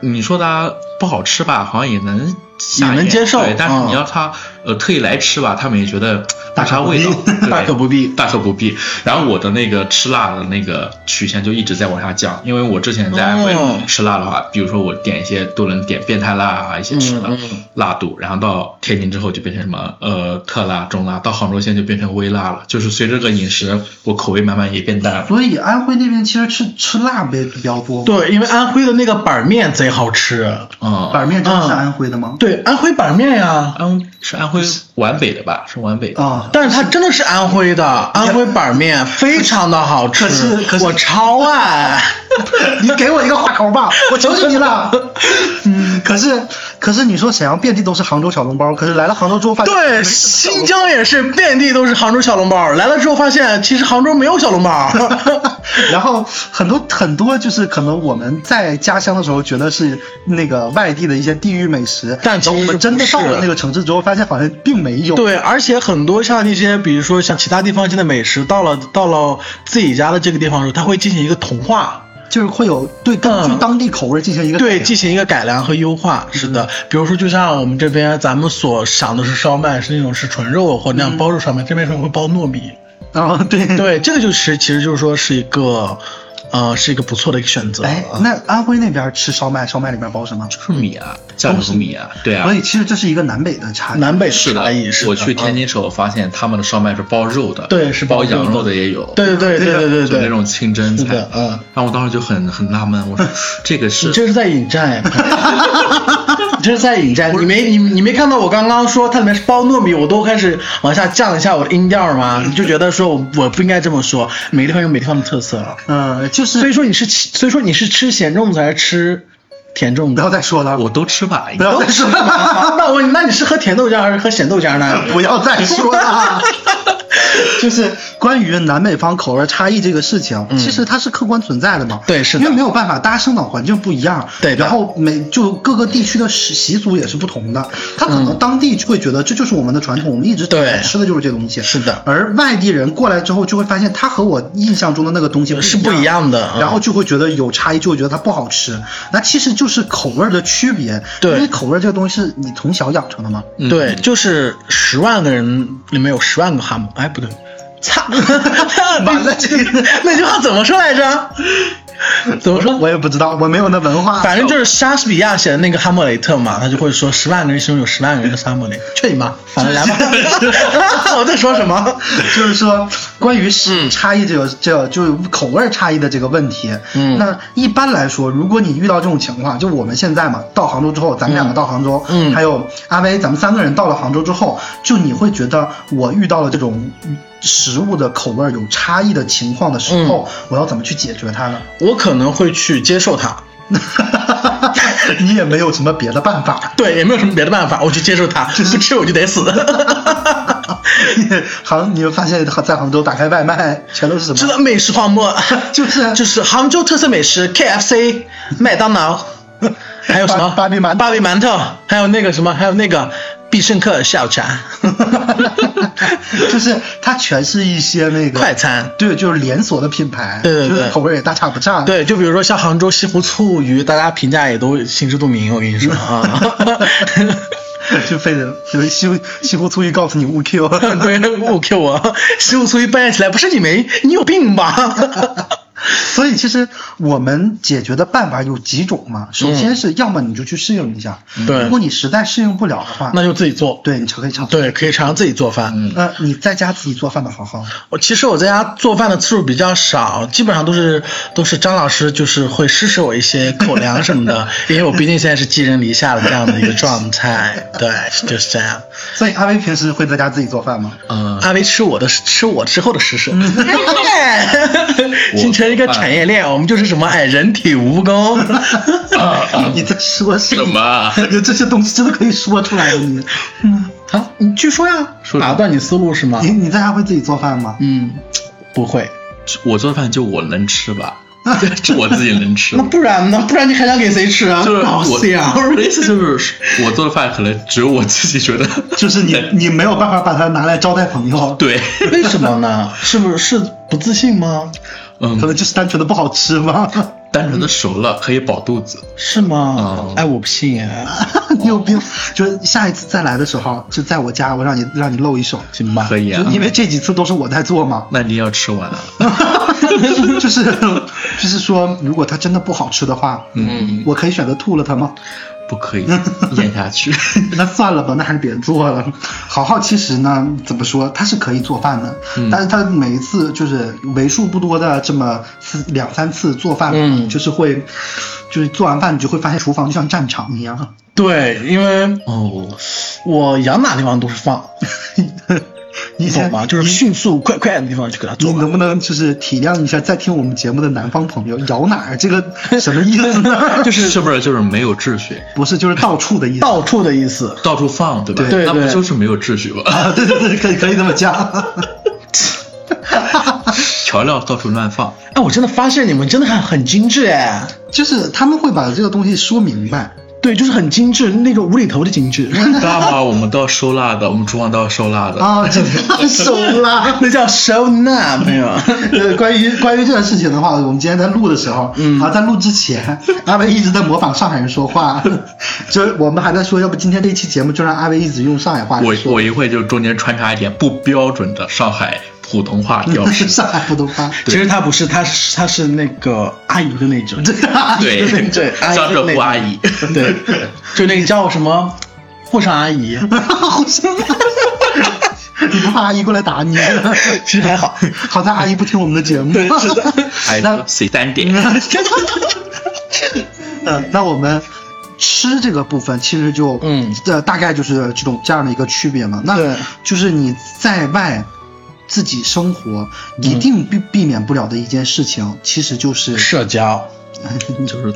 Speaker 3: 你你说它不好吃吧，好像也能下
Speaker 2: 也能
Speaker 3: 咽
Speaker 2: 接受
Speaker 3: 对，但是
Speaker 2: 嗯
Speaker 3: 你要他、呃特意来吃吧，他们也觉得
Speaker 2: 大
Speaker 3: 大
Speaker 2: 可
Speaker 3: 差
Speaker 2: 不
Speaker 3: 味
Speaker 2: 必
Speaker 3: 道，
Speaker 2: *laughs*
Speaker 3: 对
Speaker 2: 大可不必
Speaker 3: 大可不必。然后我的那个吃辣的那个曲线就一直在往下降，因为我之前在安徽
Speaker 2: 哦
Speaker 3: 吃辣的话，比如说我点一些都能点变态辣啊，一些吃的、
Speaker 2: 嗯嗯
Speaker 3: 辣度，然后到天津之后就变成什么呃特辣、中辣，到杭州现在就变成微辣了。就是随着这个饮食，我口味慢慢也变淡了。
Speaker 1: 所以安徽那边其实吃吃辣呗比较多。，
Speaker 2: 对，因为安徽的那个板儿面贼好吃。
Speaker 3: 嗯，
Speaker 1: 板面真的是
Speaker 2: 嗯
Speaker 1: 安徽的吗？
Speaker 2: 对，安徽板儿面呀、
Speaker 3: 安是安徽皖北的吧？是皖北的。
Speaker 1: 啊，
Speaker 2: 但是它真的是安徽的，安徽板儿面非常的好吃，
Speaker 1: 可是可是
Speaker 2: 我超爱。
Speaker 1: 你给我一个话头吧，我求求你
Speaker 2: *laughs*
Speaker 1: 了。嗯，可是可是你说沈阳遍地都是杭州小笼包，可是来了杭州之 *laughs* 后发现
Speaker 2: 对，新疆也是遍地都是杭州小笼包，来了之后发现其实杭州没有小笼包。
Speaker 1: 然后很多很多就是可能我们在家乡的时候觉得是那个外地的一些地域美食，
Speaker 2: 但其实
Speaker 1: 等我们真的到了那个城市之后，发现好像并没有。，
Speaker 2: 对，而且很多像那些，比如说像其他地方现在美食，到了到了自己家的这个地方的时候，它会进行一个同化，
Speaker 1: 就是会有对根据当地口味进行一个
Speaker 2: 嗯对，
Speaker 1: 改良
Speaker 2: 进行一个改良和优化。是的，比如说就像我们这边咱们所想的是烧麦是那种是纯肉或那样包肉烧麦，这边是会包糯米。
Speaker 1: 啊，对。
Speaker 2: 对，这个就是其实就是说是一个，呃，是一个不错的一个选择。
Speaker 1: 哎，那安徽那边吃烧麦，烧麦里面包什么？
Speaker 3: 是米啊，酱油米
Speaker 2: 哦
Speaker 3: 啊，对啊
Speaker 1: 所，以其实这是一个南北的差异。
Speaker 2: 南北
Speaker 3: 是
Speaker 2: 的差异是
Speaker 3: 我去天
Speaker 2: 津，
Speaker 3: 津时候发现他们的烧麦是包肉的，
Speaker 2: 对是包
Speaker 3: 包
Speaker 2: 肉
Speaker 3: 羊
Speaker 2: 的
Speaker 3: 肉的也有，
Speaker 2: 嗯对对对对对对
Speaker 3: 就
Speaker 2: 对，
Speaker 3: 那种清真
Speaker 2: 是
Speaker 3: 菜
Speaker 2: 的，，嗯，
Speaker 3: 然后我当时就很很纳闷，
Speaker 2: *laughs*
Speaker 3: 我说这个
Speaker 2: 你
Speaker 3: 是
Speaker 2: 这是在引战呀！你这是在引
Speaker 1: *laughs*
Speaker 2: 战，你没你你没看到我刚刚说它里面是包糯米，我都开始往下降一下我的音调吗？你就觉得说我我不应该这么说，每个地方有每个地方的特色了。
Speaker 1: 嗯，就是
Speaker 2: 所以说你是吃所以说你是吃咸粽子还是吃甜粽
Speaker 1: 不 *laughs*
Speaker 2: 子？
Speaker 1: 要再说了，
Speaker 3: 我都吃吧，应
Speaker 1: 不
Speaker 3: 该
Speaker 1: 要再说了，
Speaker 2: *laughs* 那我问你那你是喝甜豆浆还是喝咸豆浆呢？
Speaker 1: 不要再说
Speaker 2: *laughs*
Speaker 1: 了。 *laughs* 就是关于南北方口味差异这个事情，其实它是客观存在的嘛。
Speaker 2: 嗯对是的
Speaker 1: 因为没有办法，大家生长环境不一样。
Speaker 2: 对的
Speaker 1: 然后每就各个地区的习习俗也是不同的，他可能当地就会觉得这就是我们的传统，我们一直
Speaker 2: 对
Speaker 1: 吃的就是这东西。
Speaker 2: 是的
Speaker 1: 而外地人过来之后，就会发现他和我印象中的那个东西
Speaker 2: 是不一样的嗯
Speaker 1: 然后就会觉得有差异，就会觉得它不好吃。那其实就是口味的区别。
Speaker 2: 对
Speaker 1: 因为口味这个东西是你从小养成的嘛。
Speaker 3: 嗯
Speaker 2: 对，就是十万个人里面有十万个哈姆，哎，不对， *laughs* 擦，
Speaker 1: 完了这个
Speaker 2: 那句话怎么说来着？怎么说？
Speaker 1: 我也不知道，我没有那文化。
Speaker 2: 反正就是莎士比亚写的那个《哈姆雷特》嘛，他就会说十万个人心中有十万个人的哈姆雷，去你妈！反正来吧， *laughs* 我在说什么？
Speaker 1: 就是说，关于是差异这个、这个就是口味差异的这个问题，
Speaker 2: 嗯
Speaker 1: 那一般来说，如果你遇到这种情况，就我们现在嘛，到杭州之后，咱们两个到杭州，
Speaker 2: 嗯
Speaker 1: 还有阿威，咱们三个人到了杭州之后，就你会觉得我遇到了这种食物的口味有差异的情况的时
Speaker 2: 嗯
Speaker 1: 候，我要怎么去解决它呢？ *laughs*
Speaker 2: 我可能会去接受它，
Speaker 1: 你也没有什么别的办法。 *laughs*
Speaker 2: 对，也没有什么别的办法，我去接受它，不吃我就得死。
Speaker 1: 杭，你会发现在杭州打开外卖全都是什
Speaker 2: 知
Speaker 1: 么？
Speaker 2: 道美食荒漠， *laughs*
Speaker 1: 就是
Speaker 2: 就是杭州特色美食 KFC、麦当
Speaker 1: *laughs*
Speaker 2: 劳，还有什么
Speaker 1: 芭芭比馒头
Speaker 2: 芭比馒头，还有那个什么，还有那个必胜客下午茶， *laughs*
Speaker 1: *laughs* 就是它全是一些那个
Speaker 2: 快餐
Speaker 1: 对，就是连锁的品牌，
Speaker 2: 对对对
Speaker 1: 就是口味也大差不差。，
Speaker 2: 对，就比如说像杭州西湖醋鱼，大家评价也都心知肚明，我跟你说啊。
Speaker 1: *laughs*
Speaker 2: *laughs*
Speaker 1: 就非得就是西湖西湖醋鱼告诉你勿 Q，
Speaker 2: *laughs* 对，我 Q 我西湖醋鱼扮演起来不是你没，你有病吧？ *laughs*
Speaker 1: 所以其实我们解决的办法有几种嘛。首先是要么你就去适应一下，
Speaker 2: 嗯对
Speaker 1: 如果你实在适应不了的话，
Speaker 2: 那就自己做。
Speaker 1: 对你就可以尝试。
Speaker 2: 对，可以尝尝自己做饭。
Speaker 3: 嗯
Speaker 1: 呃，你在家自己做饭吧，好好。
Speaker 2: 我哦其实我在家做饭的次数比较少，基本上都是都是张老师就是会施舍我一些口粮什么的， *laughs* 因为我毕竟现在是寄人篱下的这样的一个状 *laughs* 态，对，就是这样。
Speaker 1: 所以阿威平时会在家自己做饭吗？
Speaker 3: 嗯，
Speaker 2: *laughs* 阿威吃我的吃我之后的施舍， *laughs* 形成一个产业链，我们就是什么哎，人体蜈蚣。 *laughs*
Speaker 1: *laughs* 你在说什
Speaker 3: 啊什么啊？
Speaker 1: *laughs* 有这些东西真的可以说出来的你。 *laughs* 嗯，
Speaker 2: 啊，你去说呀，
Speaker 3: 说
Speaker 2: 打断你思路
Speaker 3: 啊
Speaker 2: 是吗
Speaker 1: 你？你在家会自己做饭吗？
Speaker 2: 嗯，不会。
Speaker 3: 我做饭就我能吃吧， *laughs* 就就我自己能吃
Speaker 2: 那。不然呢？不然你还想给谁吃啊？
Speaker 3: 就是
Speaker 2: 老
Speaker 3: 我，
Speaker 2: 四呀。
Speaker 3: *laughs* 我的意思就是，我做的饭可能只有我自己觉得
Speaker 1: 就是你你没有办法把它拿来招待朋友，，
Speaker 3: 对，
Speaker 2: *laughs* 为什么呢？是不是是不自信吗？
Speaker 3: 嗯
Speaker 1: 可，能就是单纯的不好 *laughs* 吃嘛。
Speaker 3: 单纯的熟了可以饱肚子。
Speaker 2: 是吗？
Speaker 3: 嗯
Speaker 2: 哎，我不信哎，
Speaker 1: 你有
Speaker 3: 哦
Speaker 1: 病！就是下一次再来的时候，就在我家，我让你让你露一手，
Speaker 2: 行吧？
Speaker 3: 可以啊
Speaker 1: 就，因为这几次都是我在做
Speaker 3: *laughs*
Speaker 1: 嘛。
Speaker 3: 那你要吃完啊。
Speaker 1: 就是就是说，如果它真的不好吃的话，
Speaker 3: 嗯，
Speaker 1: 我可以选择吐了它吗？
Speaker 3: 不可以咽下去。
Speaker 1: 那算了吧，那还是别做了。好好其实呢，怎么说，他是可以做饭的，
Speaker 3: 嗯
Speaker 1: 但是他每一次就是为数不多的这么次两三次做饭，
Speaker 2: 嗯
Speaker 1: 就是会，就是做完饭你就会发现厨房就像战场一样，
Speaker 2: 对，因为
Speaker 3: 哦，
Speaker 2: 我养哪地方都是放，
Speaker 1: 你
Speaker 2: 你
Speaker 1: 先
Speaker 2: 懂吗？就是迅速快快的地方就给它做
Speaker 1: 你
Speaker 2: 完。
Speaker 1: 能不能就是体谅一下在听我们节目的南方朋友，摇哪儿这
Speaker 2: *laughs*
Speaker 1: 个什么意思呢？
Speaker 3: *laughs* 就是是不是就是没有秩序，
Speaker 1: 不是，就是到处的意思。
Speaker 2: 到处的意思，
Speaker 3: 到处放，对吧？
Speaker 2: 对
Speaker 3: 那不
Speaker 2: 对
Speaker 3: 就是没有秩序吗？ *laughs*
Speaker 1: 啊，对对对，可以可以这么讲。 *laughs*
Speaker 3: 调料到处乱放，
Speaker 2: 哎，我真的发现你们真的很很精致哎，
Speaker 1: 就是他们会把这个东西说明
Speaker 2: *laughs*
Speaker 1: 白，
Speaker 2: 对，就是很精致，那种无厘头的精致，
Speaker 3: 知道吗？我们都要收纳的，我们厨房都要收纳的。
Speaker 1: 啊，
Speaker 2: *laughs*
Speaker 1: 这个手啦。
Speaker 2: 那叫收纳，朋友。
Speaker 1: *laughs* 呃，关于关于这件事情的话，我们今天在录的时候，
Speaker 2: 嗯
Speaker 1: 啊，在录之前，阿威一直在模仿上海人说话， *laughs* 就是我们还在说，要不今天这期节目就让阿威一直用上海话来
Speaker 3: 我
Speaker 1: 说，
Speaker 3: 我一会就中间穿插一点不标准的上海普通话调
Speaker 1: *laughs*
Speaker 3: 式。
Speaker 1: 上海普通话，
Speaker 2: 其实他不是，他是他是那个阿姨的那种，
Speaker 1: 这啊个阿姨
Speaker 3: 对
Speaker 2: 对
Speaker 3: *laughs*
Speaker 2: 对，阿姨
Speaker 3: 江浙
Speaker 2: 那
Speaker 3: 沪
Speaker 2: 种
Speaker 3: 阿姨，
Speaker 2: 对，就那个叫什么沪上阿姨，
Speaker 1: *laughs* 好像， *laughs* 你不怕阿姨过来打你？
Speaker 2: 其实还好。
Speaker 1: *laughs* 好在阿姨不听我们的节目，
Speaker 2: 对是
Speaker 1: *laughs*
Speaker 2: 的
Speaker 1: 哎
Speaker 3: 还有谁单点？
Speaker 1: *laughs* 嗯，那我们吃这个部分其实就
Speaker 2: 嗯，
Speaker 1: 呃，大概就是这种这样的一个区别嘛。那
Speaker 2: 对
Speaker 1: 就是你在外自己生
Speaker 2: 嗯
Speaker 1: 活，一定避避免不了的一件事情，其实
Speaker 2: *laughs*
Speaker 1: 就是
Speaker 2: 社交
Speaker 3: 就是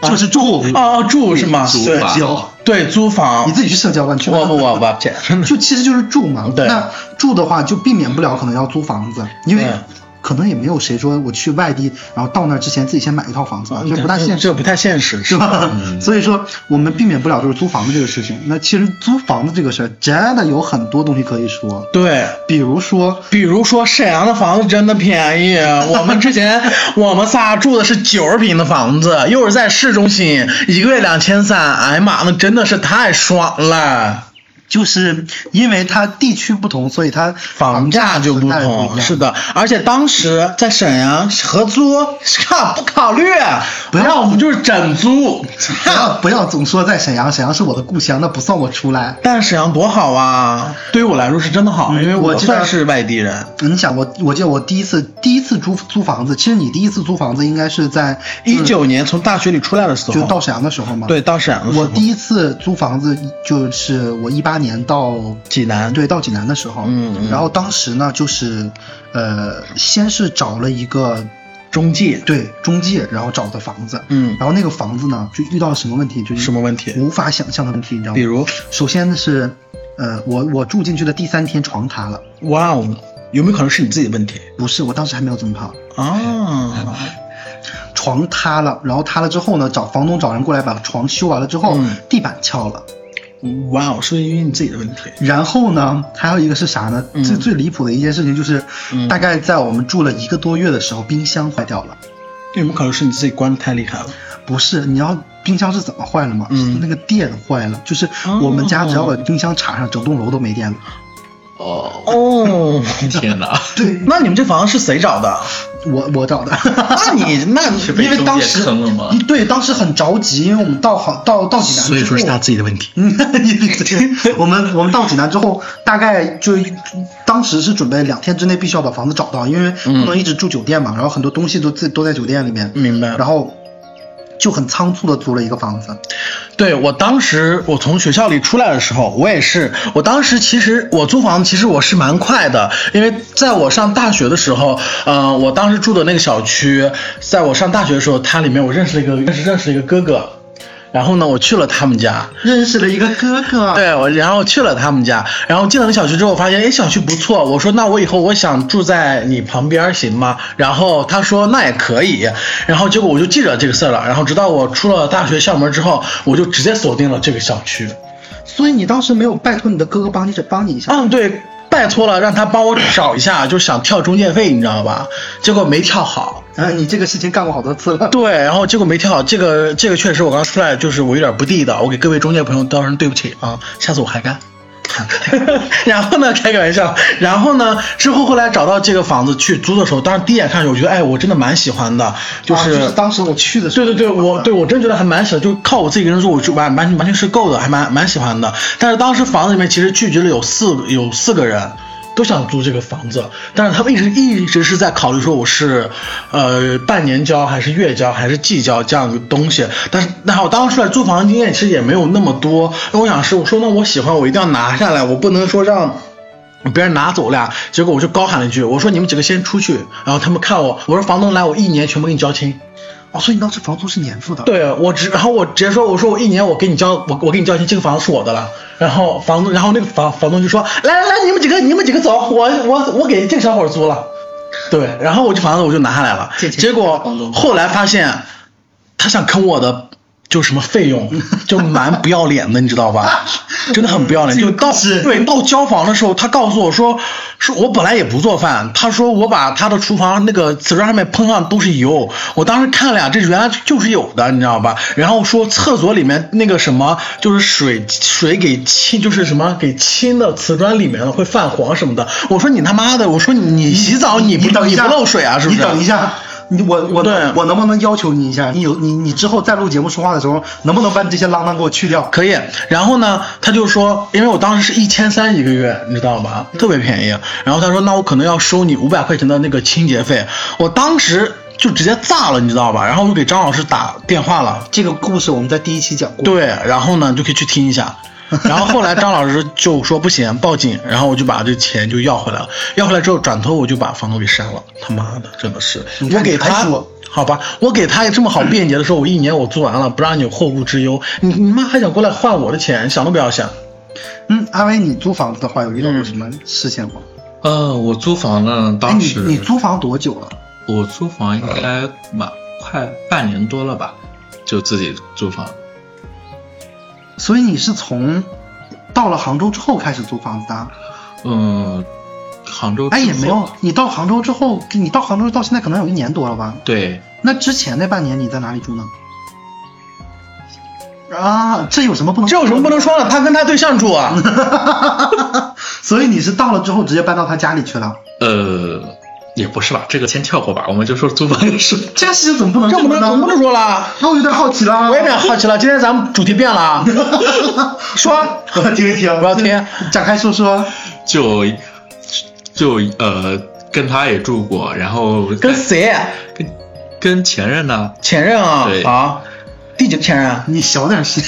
Speaker 1: *laughs* 就是住
Speaker 2: 哦，住是吗？
Speaker 3: 租
Speaker 2: 对
Speaker 3: 房
Speaker 1: 交，
Speaker 2: 对，租
Speaker 1: 你
Speaker 2: 房。
Speaker 1: 自己去社交吧，你去吧
Speaker 2: 我我我我，这
Speaker 1: 就其实就是住嘛。
Speaker 2: 对
Speaker 1: 那住的话就避免不了可能要租房子，因为
Speaker 2: 嗯。
Speaker 1: 可能也没有谁说我去外地，然后到那儿之前自己先买一套房
Speaker 2: 嗯
Speaker 1: 子吧，就不大现实。
Speaker 2: 这不太现实，
Speaker 1: 是
Speaker 2: 是吧？
Speaker 1: 吧？ *laughs* 所以说我们避免不了就是租房子这个事情。那其实租房子这个事儿真的有很多东西可以说，
Speaker 2: 对，
Speaker 1: 比如说
Speaker 2: 比如说沈阳的房子真的便宜，我们之前我们仨住的是九十平的房子，又是在市中心，一个月两千三，哎妈，那真的是太爽了，
Speaker 1: 就是因为它地区不同，所以它
Speaker 2: 房价就不
Speaker 1: 房价不一
Speaker 2: 同，
Speaker 1: 样
Speaker 2: 是，的，而且当时在沈阳合租考不考虑，
Speaker 1: 不要
Speaker 2: 要我们就是整租，
Speaker 1: 不要不要总说在沈阳，沈阳是我的故乡，那不算我出来。
Speaker 2: 但沈阳多好啊，对于我来说是真的好，
Speaker 1: 嗯
Speaker 2: 因为
Speaker 1: 我
Speaker 2: 我
Speaker 1: 记得
Speaker 2: 算是外地人，
Speaker 1: 你想我，我记得我第一次第一次租租房子，其实你第一次租房子应该是在
Speaker 2: 一九年从大学里出来的时候，
Speaker 1: 就到沈阳的时候嘛。
Speaker 2: 对，到沈阳的时候，
Speaker 1: 我第一次租房子就是我一八年到
Speaker 2: 济南
Speaker 1: 对，到济南的时候，
Speaker 2: 嗯嗯
Speaker 1: 然后当时呢，就是，呃，先是找了一个
Speaker 2: 中介，
Speaker 1: 对中介，然后找的房子，
Speaker 2: 嗯
Speaker 1: 然后那个房子呢，就遇到了什么问题？就是
Speaker 2: 什么问题
Speaker 1: 无法想象的问题，你知道吗？
Speaker 2: 比，如。
Speaker 1: 首先呢是，呃，我我住进去的第三天床塌了，
Speaker 2: 哇哦，有没有可能是你自己的问题
Speaker 1: 不是，我当时还没有这么胖，
Speaker 2: 啊？
Speaker 1: 床塌了，然后塌了之后呢，找房东找人过来把床修完了之后，
Speaker 2: 嗯
Speaker 1: 地板翘了。
Speaker 2: 哇哦，是因为你自己的问题？
Speaker 1: 然后呢，还有一个是啥呢？
Speaker 2: 嗯
Speaker 1: 最最离谱的一件事情就是，
Speaker 2: 嗯
Speaker 1: 大概在我们住了一个多月的时候，冰箱坏掉了。
Speaker 2: 有没有可能是你自己关的太厉害了？
Speaker 1: 不是，你知道冰箱是怎么坏了吗？
Speaker 2: 嗯
Speaker 1: 是那个电坏了，就是
Speaker 2: 哦
Speaker 1: 我们家只要把冰箱插上，整栋楼都没电了。
Speaker 3: 哦，
Speaker 2: 哦，
Speaker 3: 天哪！
Speaker 1: 对，
Speaker 2: *laughs* 那你们这房子是谁找的？
Speaker 1: 我我找的。
Speaker 2: 那你那
Speaker 3: 是
Speaker 2: 你
Speaker 3: 被
Speaker 1: 因为当时
Speaker 3: *laughs* 中介坑了吗
Speaker 1: 对，当时很着急，因为我们到好到到济南之后，
Speaker 2: 所以说
Speaker 1: *laughs*
Speaker 2: 是他自己的问题。
Speaker 1: 嗯，你这我们我们到济南之后，大概就当时是准备两天之内必须要把房子找到，因为不能一直住酒店
Speaker 3: 嗯
Speaker 1: 嘛，然后很多东西都自都在酒店里面，
Speaker 2: 明白
Speaker 1: 然后就很仓促的租了一个房子，
Speaker 2: 对我当时我从学校里出来的时候，我也是，我当时其实我租房子，其实我是蛮快的，因为在我上大学的时候，呃，我当时住的那个小区，在我上大学的时候，它里面我认识了一个认识认识了一个哥哥，然后呢，我去了他们家，
Speaker 1: 认识了一个哥哥，，啊
Speaker 2: 对，我然后去了他们家，然后进了那小区之后，发现哎小区不错，我说那我以后我想住在你旁边儿行吗？然后他说那也可以，然后结果我就记着这个事儿了，然后直到我出了大学校门之后，我就直接锁定了这个小区。
Speaker 1: 所以你当时没有拜托你的哥哥帮你帮你一下，
Speaker 2: 嗯，对，拜托了让他帮我找一下，就想跳中介费，你知道吧？结果没跳好。
Speaker 1: 呃，你这个事情干过好多次 *laughs* 了。
Speaker 2: 对，然后结果没听好，这个这个确实我刚出来就是我有点不地道，我给各位中介朋友道声对不起啊，下次
Speaker 1: *laughs*
Speaker 2: 我还干。 *laughs* 然后呢，开个玩笑。然后呢，之后后来找到这个房子去租的时候，当时第一眼看的时候，我觉得哎，我真的蛮喜欢的，就是,、
Speaker 1: 啊就是当时我去的时
Speaker 2: 对
Speaker 1: 候，
Speaker 2: 对对，我对我真觉得还蛮喜欢，就靠我自己一个人住，我就完完完全是够的，还蛮蛮喜欢的。但是当时房子里面其实聚集了有四有四个人。都想租这个房子，但是他们一直一直是在考虑说我是，呃，半年交还是月交还是季交这样的东西。但是，那我当时出来租房的经验其实也没有那么多。那我想是我说那我喜欢我一定要拿下来，我不能说让别人拿走了呀。结果我就高喊了一句，我说你们几个先出去。然后他们看我，我说房东来，我一年全部给你交清。
Speaker 1: 哦，所以你当时房租是年付的。，
Speaker 2: 对我直，然后我直接说，我说我一年我给你交，我我给你交钱，这个房子是我的了。然后房东，然后那个房房东就说，来来来，你们几个你们几个走，我我我给这个小伙儿租了。对，然后我这房子我就拿下来了。
Speaker 1: 借钱
Speaker 2: 结
Speaker 1: 房
Speaker 2: 果
Speaker 1: 东
Speaker 2: 后来发现，他想坑我的。就是什么
Speaker 1: *laughs*
Speaker 2: 费用，就蛮不要脸的，你知道吧？真的很不要脸。
Speaker 1: 嗯这
Speaker 2: 就
Speaker 1: 个
Speaker 2: 到
Speaker 1: 故事
Speaker 2: 对到交房的时候，他告诉我说，是我本来也不做饭，他说我把他的厨房那个瓷砖上面喷上都是油，我当时看了呀，这原来就是有的，你知道吧？然后说厕所里面那个什么，就是水水给浸，就是什么给浸到瓷砖里面了，会泛黄什么的。我说你他妈的，我说你你洗澡你不
Speaker 1: 你等一
Speaker 2: 不
Speaker 1: 下
Speaker 2: 漏水啊，是不是？
Speaker 1: 你等一下。你我我
Speaker 2: 对
Speaker 1: 我能不能要求你一下？你有你你之后再录节目说话的时候，能不能把你这些浪荡给我去掉？
Speaker 2: 可以。然后呢，他就说，因为我当时是一千三一个月，你知道吗？特别便宜。然后他说，那我可能要收你五百块钱的那个清洁费。我当时就直接炸了，你知道吧？然后我就给张老师打电话了。
Speaker 1: 这个故事我们在第一期讲过。
Speaker 2: 对，然后呢就可以去听一下。然后后来张老师就说不行，报警。然后我就把这钱就要回来了。要回来之后，转头我就把房东给删了。他妈的，真的是！
Speaker 1: 你看
Speaker 2: 我给
Speaker 1: 你
Speaker 2: 他
Speaker 1: 还说
Speaker 2: 好吧，我给他这么好辩解的时候，我一年我做完了，不让你有后顾之忧。你你妈还想过来换我的钱，想都不要想。
Speaker 1: 嗯，阿威，你租房子的话有遇到过什么事情吗？
Speaker 3: 呃，我租房呢，
Speaker 1: 哎，
Speaker 3: 当
Speaker 1: 你
Speaker 3: 时
Speaker 1: 你租房多久了？
Speaker 3: 我租房应该满快半年多了吧，就自己租房。
Speaker 1: 所以你是从到了杭州之后开始租房子的啊？
Speaker 3: 嗯，杭州
Speaker 1: 哎，
Speaker 3: 之
Speaker 1: 也没
Speaker 3: 后
Speaker 1: 有，你到杭州之后，你到杭州到现在可能有一年多了吧？
Speaker 3: 对，
Speaker 1: 那之前那半年你在哪里住呢？啊，这有什么不能？
Speaker 2: 这有什么不能？说的？他跟他对象住 *laughs* 啊。
Speaker 1: 所以你是到了之后直接搬到他家里去了？
Speaker 3: 呃，也不是吧，这个先跳过吧，我们就说租房的事。
Speaker 1: 这个事情怎么不能
Speaker 2: 这
Speaker 1: 这
Speaker 2: 不
Speaker 1: 么
Speaker 2: 能
Speaker 1: 呢？
Speaker 2: 我不能说了。
Speaker 1: 那我有点好奇了。
Speaker 2: 我有点哎好奇了，今天咱们主题变了 *laughs* 啊，说啊
Speaker 1: 我要听一呃听，
Speaker 2: 我要听。
Speaker 1: 展开说说。
Speaker 3: 就就呃，跟他也住过，然后
Speaker 2: 跟谁？
Speaker 3: 跟跟前任呢，
Speaker 2: 前任啊
Speaker 3: 对
Speaker 2: 啊，第几个前任？啊
Speaker 1: 你小点
Speaker 2: *laughs*
Speaker 1: 声，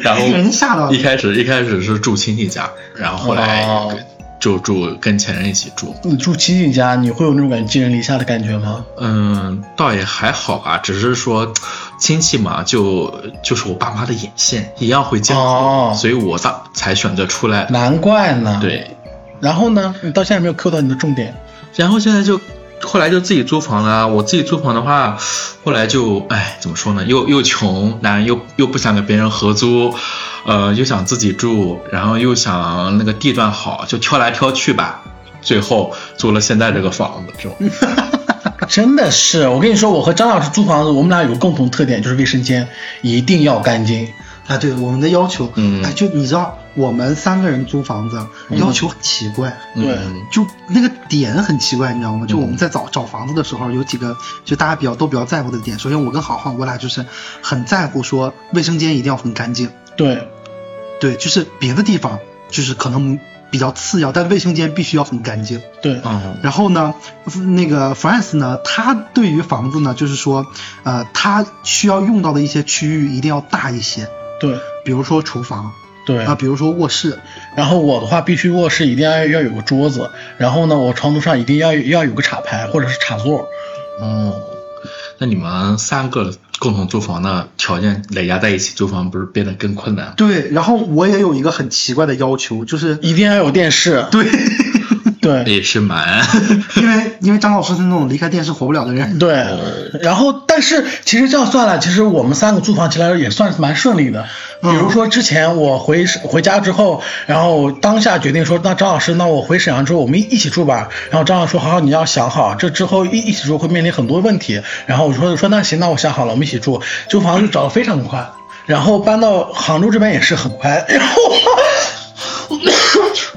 Speaker 3: 然后
Speaker 1: 给人吓到了
Speaker 3: 一。开始一开始是住亲戚家，然后后来
Speaker 2: 哦
Speaker 3: 就住跟前任一起住。
Speaker 2: 你住亲戚家，你会有那种感觉寄人篱下的感觉吗？
Speaker 3: 嗯，倒也还好吧，只是说亲戚嘛，就就是我爸妈的眼线一样会接触，
Speaker 2: 哦
Speaker 3: 所以我大才选择出来。
Speaker 2: 难怪呢。。
Speaker 3: 对，
Speaker 2: 然后呢？你到现在没有 Q 到你的重点。
Speaker 3: 然后现在就后来就自己租房了。我自己租房的话，后来就哎怎么说呢？又又穷，然又又不想跟别人合租，呃，又想自己住，然后又想那个地段好，就挑来挑去吧。最后租了现在这个房子，这嗯种
Speaker 2: 真的是，我跟你说，我和张老师租房子，我们俩有个共同特点，就是卫生间一定要干净。
Speaker 1: 啊，对我们的要求，
Speaker 3: 嗯
Speaker 1: 哎，就你知道，我们三个人租房子
Speaker 2: 嗯
Speaker 1: 要求很奇怪，
Speaker 2: 对
Speaker 3: 嗯
Speaker 1: 就那个点很奇怪，你知道吗？就我们在找找房子的时候，有几个就大家比较都比较在乎的点。首先，我跟好好，我俩就是很在乎说卫生间一定要很干净，
Speaker 2: 对，
Speaker 1: 对，就是别的地方就是可能比较次要，但卫生间必须要很干净。
Speaker 2: 对，
Speaker 3: 嗯
Speaker 1: 然后呢，那个 France 呢，他对于房子呢，就是说，呃，他需要用到的一些区域一定要大一些，
Speaker 2: 对，
Speaker 1: 比如说厨房
Speaker 2: 对。
Speaker 1: 啊，比如说卧室，
Speaker 2: 然后我的话，必须卧室一定要要有个桌子，然后呢，我床头上一定要要有个茶牌或者是茶座。
Speaker 3: 哦，那你们三个共同租房的条件累加在一起，租房不是变得更困难？
Speaker 1: 对，然后我也有一个很奇怪的要求，就是
Speaker 2: 一定要有电视，
Speaker 1: 对，
Speaker 2: 对，
Speaker 3: 也是蛮 *laughs*
Speaker 1: 因为因为张老师是那种离开电视活不了的人。
Speaker 2: 对，然后但是其实这样算来，其实我们三个租房起来也算是蛮顺利的。比如说之前我回回家之后，然后当下决定说，那张老师，那我回沈阳之后我们一起住吧。然后张老师说，好好，你要想好，这之后一一起住会面临很多问题。然后我说说那行，那我想好了，我们一起住。租房就找的非常快，然后搬到杭州这边也是很快， *laughs* 然后。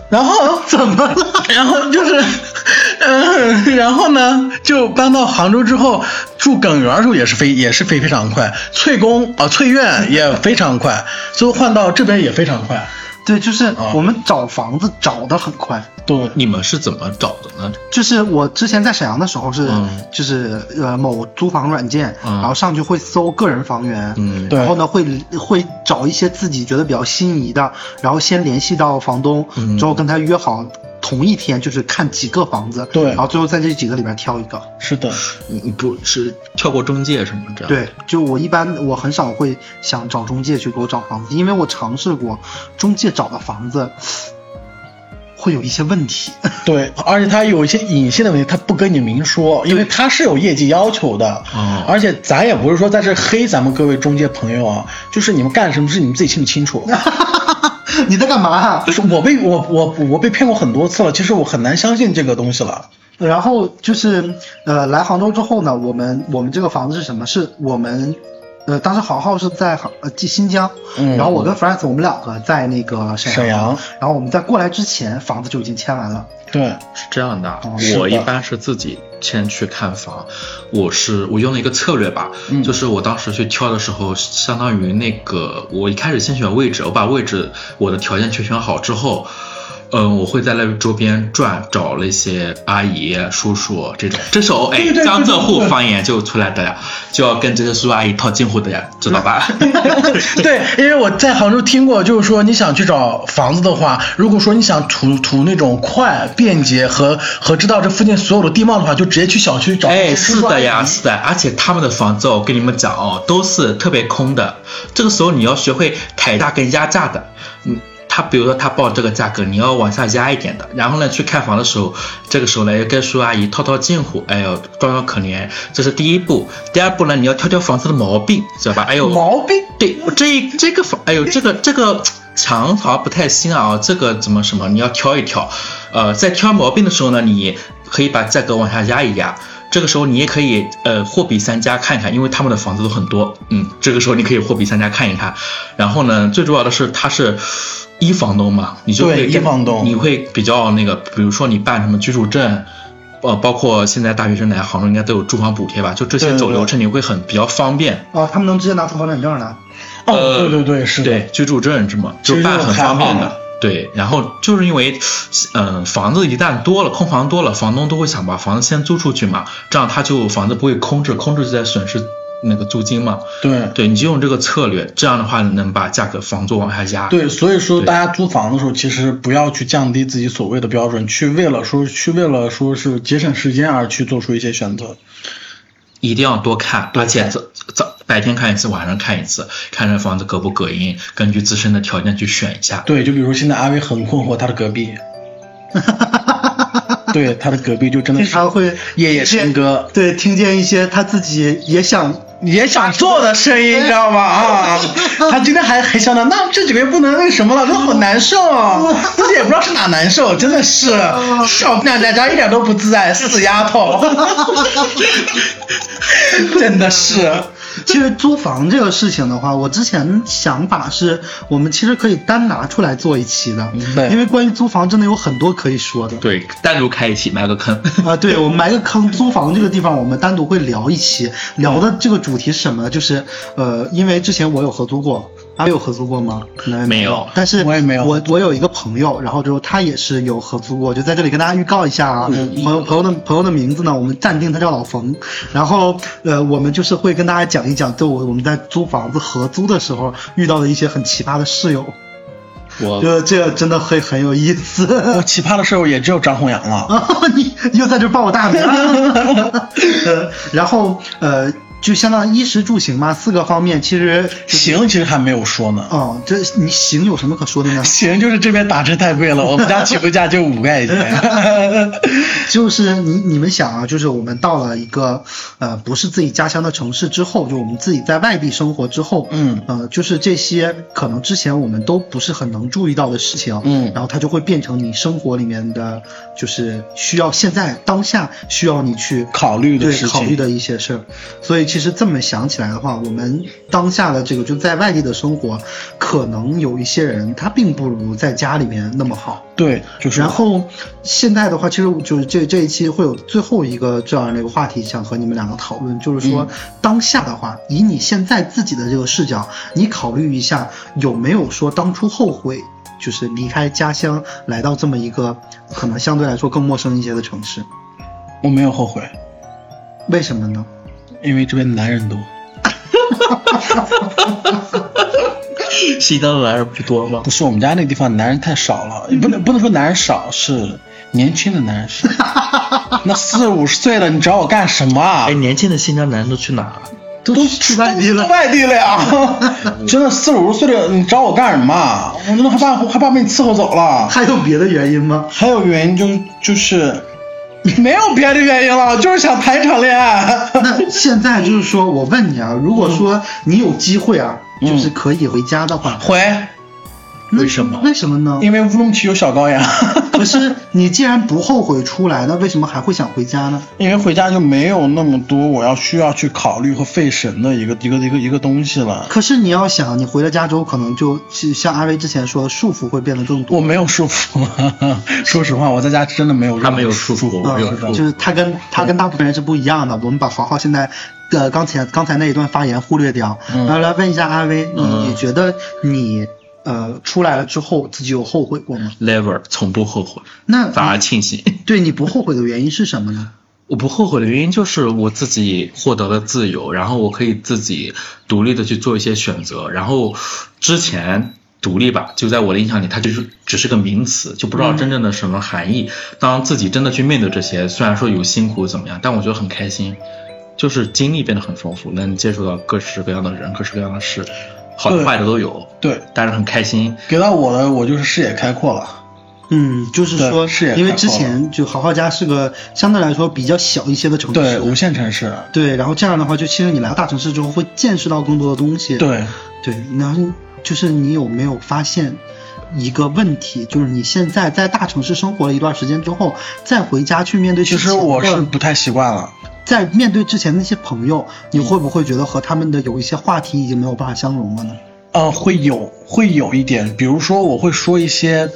Speaker 2: 然后怎么了？ *laughs* 然后就是，嗯、然后呢，就搬到杭州之后住耿园儿的时候也是飞，也是飞非常快。翠宫啊、翠苑也非常快，最后换到这边也非常快。
Speaker 1: 对，就是
Speaker 3: 啊
Speaker 1: 我们找房子找的很快。
Speaker 2: 对，
Speaker 3: 你们是怎么找的呢？
Speaker 1: 就是我之前在沈阳的时候是，
Speaker 3: 嗯
Speaker 1: 就是呃某租房软件，
Speaker 3: 嗯
Speaker 1: 然后上去会搜个人房源，
Speaker 3: 嗯
Speaker 1: 然后呢会会找一些自己觉得比较心仪的，然后先联系到房东，
Speaker 3: 嗯
Speaker 1: 之后跟他约好同一天就是看几个房子，
Speaker 2: 对
Speaker 1: 然后最后在这几个里边挑一个。
Speaker 2: 是的，
Speaker 3: 你你不是跳过中介什么这样？，
Speaker 1: 对，就我一般我很少会想找中介去给我找房子，因为我尝试过中介找的房子会有一些问题。 *laughs*
Speaker 2: 对，而且他有一些隐性的问题，他不跟你明说，因为他是有业绩要求的。
Speaker 3: 哦
Speaker 2: 而且咱也不是说在这黑咱们各位中介朋友啊，就是你们干什么事你们自己心里清楚。
Speaker 1: 你在干嘛啊、
Speaker 2: 就是我被我我我被骗过很多次了，其实我很难相信这个东西了。
Speaker 1: 然后就是呃，来杭州之后呢，我们我们这个房子是什么？是我们呃，当时豪浩是在杭呃新新疆，
Speaker 2: 嗯
Speaker 1: 然后我跟 France 我们两个在那个沈
Speaker 2: 沈阳
Speaker 1: 然后我们在过来之前，房子就已经签完了。
Speaker 2: 对，
Speaker 3: 是这样的啊。
Speaker 2: 哦是的
Speaker 3: 我一般是自己先去看房，我是我用了一个策略吧，
Speaker 2: 嗯
Speaker 3: 就是我当时去挑的时候，相当于那个我一开始先选位置，我把位置我的条件全选好之后。嗯，我会在那周边转，找了一些阿姨、叔叔这种，这时候哎
Speaker 2: 对对，对
Speaker 3: 江浙沪
Speaker 2: 对对
Speaker 3: 方言就出来的呀，就要跟这些叔叔阿姨套近乎的呀，知道吧？
Speaker 2: *laughs*
Speaker 3: *laughs*
Speaker 2: 对，因为我在杭州听过，就是说你想去找房子的话，如果说你想图图那种快、便捷和和知道这附近所有的地貌的话，就直接去小区找。
Speaker 3: 哎，是的呀，是的，而且他们的房子，我跟你们讲哦，都是特别空的。这个时候你要学会抬价跟压价的，嗯。他比如说他报这个价格，你要往下压一点的。然后呢，去看房的时候，这个时候呢要跟叔叔阿姨套套近乎，哎呦，装装可怜，这是第一步。第二步呢，你要挑挑房子的毛病，知道吧？哎呦，
Speaker 2: 毛病。
Speaker 3: 对，我这这个房，哎呦，这个这个墙好像不太新啊，这个怎么什么，你要挑一挑。呃，在挑毛病的时候呢，你可以把价格往下压一压。这个时候你也可以呃货比三家看看，因为他们的房子都很多，嗯，这个时候你可以货比三家看一看。然后呢，最重要的是它是一房东嘛，你就
Speaker 2: 对
Speaker 3: 会
Speaker 2: 一
Speaker 3: 跟
Speaker 2: 房东
Speaker 3: 你会比较那个，比如说你办什么居住证。呃，包括现在大学生来杭州应该都有住房补贴吧？就这些
Speaker 2: 对对
Speaker 3: 走流
Speaker 2: 对
Speaker 3: 程你会很比较方便。
Speaker 1: 哦，他们能直接拿出房产证来。
Speaker 2: 哦，
Speaker 3: 呃
Speaker 2: 对对对，是的。
Speaker 3: 对，居住证这么就
Speaker 2: 居住证
Speaker 3: 办很方便
Speaker 2: 太好
Speaker 3: 的
Speaker 2: 了。
Speaker 3: 对，然后就是因为，嗯、房子一旦多了，空房多了，房东都会想把房子先租出去嘛，这样他就房子不会空置，空置就在损失那个租金嘛。
Speaker 2: 对
Speaker 3: 对，你就用这个策略，这样的话能把价格房租往下压。
Speaker 2: 对，所以说
Speaker 3: 对
Speaker 2: 大家租房的时候，其实不要去降低自己所谓的标准，去为了说去为了说是节省时间而去做出一些选择。
Speaker 3: 一定要多看，而且早早白天看一次，晚上看一次，看这房子隔不隔音，根据自身的条件去选一下。
Speaker 2: 对，就比如现在阿威很困惑，他的隔壁，对，他的隔壁就真的
Speaker 1: 经
Speaker 2: 是
Speaker 1: 常会
Speaker 2: 夜夜笙歌，
Speaker 1: 嗯对，听见一些他自己也想
Speaker 2: 也想做的声音，你知道吗？
Speaker 1: *laughs*
Speaker 2: 啊，他今天还还想到，那这几个月不能那什么了，都好难受啊，自己也不知道是哪难受，真的是，小姑娘在家一点都不自在，死丫 *laughs* 头，真的是，
Speaker 1: 其实租房这个事情的话，我之前想法是我们其实可以单拿出来做一期的，
Speaker 2: 对
Speaker 1: 因为关于租房真的有很多可以说的。
Speaker 3: 对，单独开一期埋个坑。
Speaker 1: 啊，对，我们埋个坑，租房这个地方我们单独会聊一期，聊的这个主题是什么呢？就是呃，因为之前我有合租过，阿、伟有合租过吗？可能
Speaker 3: 没有
Speaker 1: 但是
Speaker 2: 我也没有
Speaker 1: 我我有一个朋友，然后之后他也是有合租过，就在这里跟大家预告一下啊，
Speaker 2: 嗯
Speaker 1: 朋友朋友的朋友的名字呢，我们暂定他叫老冯，然后呃，我们就是会跟大家讲一讲，就我我们在租房子合租的时候遇到的一些很奇葩的室友，
Speaker 3: 我 *laughs*
Speaker 1: 这这个真的会很有意思。
Speaker 2: 我奇葩的室友也只有张弘
Speaker 1: *laughs*
Speaker 2: 洋了。
Speaker 1: 啊，你又在这报我大名了。呃，然后呃，就相当于衣食住行嘛，四个方面其实就是
Speaker 2: 行其实还没有说呢。？
Speaker 1: 哦，这你行有什么可说的呢 *laughs*
Speaker 2: 行就是这边打车太贵了，我们家起步价就五块钱。 *laughs*
Speaker 1: 就是你你们想啊，就是我们到了一个呃不是自己家乡的城市之后，就我们自己在外地生活之后，
Speaker 2: 嗯
Speaker 1: 呃，就是这些可能之前我们都不是很能注意到的事情，
Speaker 2: 嗯
Speaker 1: 然后它就会变成你生活里面的，就是需要现在当下需要你去
Speaker 2: 考虑的
Speaker 1: 对
Speaker 2: 事情
Speaker 1: 考虑的一些事儿。所以其实这么想起来的话，我们当下的这个就在外地的生活，可能有一些人他并不如在家里面那么好。
Speaker 2: 对，就是
Speaker 1: 然后现在的话，其实我就是这这一期会有最后一个这样的一个话题，想和你们两个讨论，就是说、当下的话，以你现在自己的这个视角，你考虑一下有没有说当初后悔，就是离开家乡来到这么一个可能相对来说更陌生一些的城市，
Speaker 2: 我没有后悔，
Speaker 1: 为什么呢？
Speaker 2: 因为这边男人多。
Speaker 4: 西单的男人不多吗
Speaker 2: 不？是我们家那地方男人太少了，不能不能说男人少，是年轻的男人 *laughs* 少。那四五十岁了，你找我干什么啊
Speaker 4: 哎，？年轻的新疆男人都去哪儿了？
Speaker 1: 都去外地
Speaker 2: 都
Speaker 1: 了，
Speaker 2: 哎外地了 *laughs* 呀！真的四五十岁了，你找我干什么啊？我真的害怕害怕被你伺候走了。
Speaker 1: *laughs* 还有别的原因吗？
Speaker 2: 还有原因就是就是没有别的原因 *laughs* 了，就是想谈一场恋爱。
Speaker 1: 那现在就是说我问你啊，如果说你有机会啊，
Speaker 3: 嗯
Speaker 1: 就是可以回家的话，
Speaker 2: 回，
Speaker 1: 那
Speaker 4: 为什么
Speaker 1: 为什么
Speaker 3: *laughs*
Speaker 1: 呢？
Speaker 2: 因为乌鲁木齐有小羔羊，
Speaker 1: 可是你既然不后悔出来，那为什么还会想回家呢？
Speaker 2: *laughs* 因为回家就没有那么多我要需要去考虑和费神的一个一个一个一个东西了。
Speaker 1: 可是你要想，你回了家之后，可能就是像阿威之前说的，束缚会变得更
Speaker 2: 我
Speaker 1: 多。
Speaker 2: 没有束缚， *laughs* 说实话，我在家真的没有任何
Speaker 3: 他没有束缚我没有束
Speaker 1: 啊
Speaker 3: 缚
Speaker 1: 就是他跟他跟大部分人是不一样的。我们把华浩现在的刚才刚才那一段发言忽略掉，
Speaker 2: 嗯
Speaker 1: 然后来问一下阿威，你
Speaker 3: 嗯
Speaker 1: 你觉得你呃出来了之后自己有后悔过吗？
Speaker 3: ，never 从不后悔，
Speaker 1: 那
Speaker 3: 反而
Speaker 1: 你
Speaker 3: 庆幸。
Speaker 1: 对你不后悔的原因是什么呢？
Speaker 3: 我不后悔的原因就是我自己获得了自由，然后我可以自己独立的去做一些选择。然后之前独立吧，就在我的印象里，它就是只是个名词，就
Speaker 2: 嗯
Speaker 3: 不知道真正的什么含义。当自己真的去面对这些，虽然说有辛苦怎么样，但我觉得很开心，就是经历变得很丰富，能接触到各式各样的人、各式各样的事，好的
Speaker 2: 对
Speaker 3: 坏的都有，
Speaker 2: 对，
Speaker 3: 但是很开心。
Speaker 2: 给到我的我就是视野开阔了。
Speaker 1: 嗯，就是
Speaker 2: 对
Speaker 1: 说，
Speaker 2: 是也
Speaker 1: 因为
Speaker 2: 太
Speaker 1: 之
Speaker 2: 好了
Speaker 1: 前就豪豪家是个相对来说比较小一些的城市，
Speaker 2: 对，无限城市，
Speaker 1: 对，然后这样的话，就其实你来到大城市之后，会见识到更多的东西。
Speaker 2: 对，
Speaker 1: 对，然后就是你有没有发现一个问题，就是你现在在大城市生活了一段时间之后，再回家去面对
Speaker 2: 其
Speaker 1: 之
Speaker 2: 实
Speaker 1: 前
Speaker 2: 我
Speaker 1: 的
Speaker 2: 是不太习惯了。
Speaker 1: 在面对之前那些朋友，你会不会觉得和他们的有一些话题已经没有办法相容了呢？
Speaker 2: 呃，会有会有一点，比如说我会说一些，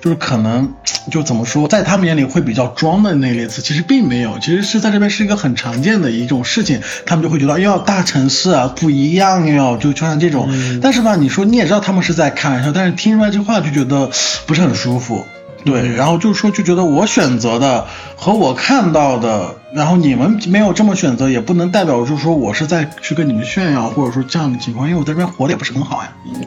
Speaker 2: 就是可能就怎么说，在他们眼里会比较装的那类词，其实并没有，其实是在这边是一个很常见的一种事情，他们就会觉得，哟，大城市啊不一样哟，就就像这种。但是吧，你说你也知道他们是在开玩笑，但是听出来这话就觉得不是很舒服。对，然后就说就觉得我选择的和我看到的，然后你们没有这么选择，也不能代表就是说我是在去跟你们炫耀，或者说这样的情况，因为我在这边活的也不是很好呀，
Speaker 1: 嗯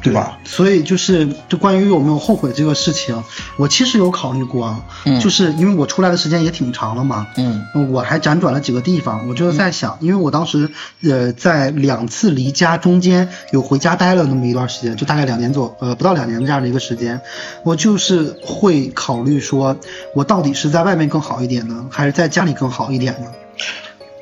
Speaker 2: 对吧？
Speaker 1: 所以就是，就关于有没有后悔这个事情，我其实有考虑过啊，
Speaker 2: 嗯
Speaker 1: 就是因为我出来的时间也挺长了嘛，
Speaker 2: 嗯
Speaker 1: 我还辗转了几个地方，我就在想，因为我当时呃在两次离家中间有回家待了那么一段时间，就大概两年左呃不到两年这样的一个时间，我就是会考虑说，我到底是在外面更好一点呢，还是在家里更好一点呢？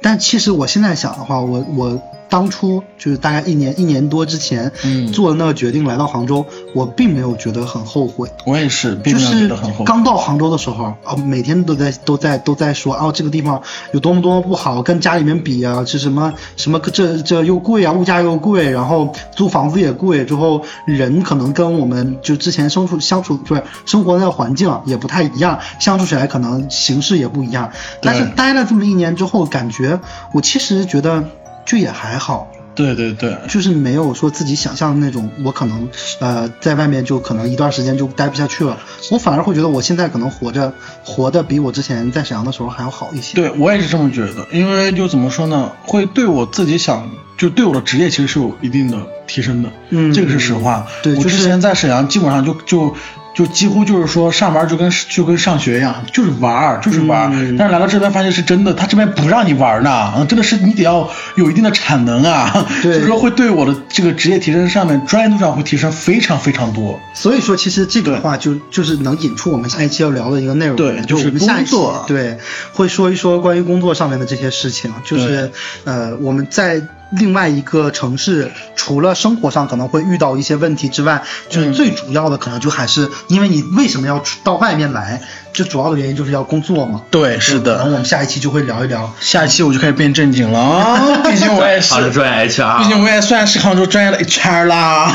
Speaker 1: 但其实我现在想的话，我我当初就是大概一年一年多之前、
Speaker 2: 嗯
Speaker 1: 做的那个决定来到杭州，我并没有觉得很后悔，
Speaker 2: 我也是，并
Speaker 1: 就
Speaker 2: 没有觉
Speaker 1: 是
Speaker 2: 得很后悔。
Speaker 1: 刚到杭州的时候啊、每天都在都在都在说啊，这个地方有多么多么不好，跟家里面比啊，是什么什么这这又贵啊，物价又贵，然后租房子也贵，之后人可能跟我们就之前相处相处不是生活的环境啊也不太一样，相处起来可能形式也不一样。但是待了这么一年之后，感觉我其实觉得就也还好，
Speaker 2: 对对对，
Speaker 1: 就是没有说自己想象的那种，我可能呃在外面就可能一段时间就待不下去了，我反而会觉得我现在可能活着活的比我之前在沈阳的时候还要好一些。，
Speaker 2: 对我也是这么觉得，因为就怎么说呢，会对我自己想，就对我的职业其实是有一定的提升的，
Speaker 1: 嗯
Speaker 2: 这个是实话。
Speaker 1: 对
Speaker 2: 我
Speaker 1: 就
Speaker 2: 之
Speaker 1: 是
Speaker 2: 前在沈阳基本上就就就几乎就是说上班就跟就跟上学一样，就是玩儿，就是玩儿。
Speaker 1: 嗯
Speaker 2: 但是来到这边发现是真的，他这边不让你玩儿呢，嗯真的是你得要有一定的产能啊，
Speaker 1: 对
Speaker 2: 就是说会对我的这个职业提升上面专业度上会提升非常非常多。
Speaker 1: 所以说，其实这个的话就就是能引出我们下一期要聊的一个内容，
Speaker 2: 对
Speaker 1: 就
Speaker 2: 就是
Speaker 1: 我们下一期
Speaker 2: 工作
Speaker 1: 对会说一说关于工作上面的这些事情，就是呃我们在另外一个城市，除了生活上可能会遇到一些问题之外，就是
Speaker 2: 嗯
Speaker 1: 最主要的可能就还是因为你为什么要出到外面来，最主要的原因就是要工作嘛。
Speaker 2: 对，是
Speaker 1: 然后
Speaker 2: 的。
Speaker 1: 我们下一期就会聊一聊，
Speaker 2: 下一期我就开始变正经了 *laughs* 啊，毕竟我也是
Speaker 3: 好，的，专业 HR，
Speaker 2: 毕竟我也算是杭州专业的 HR 啦。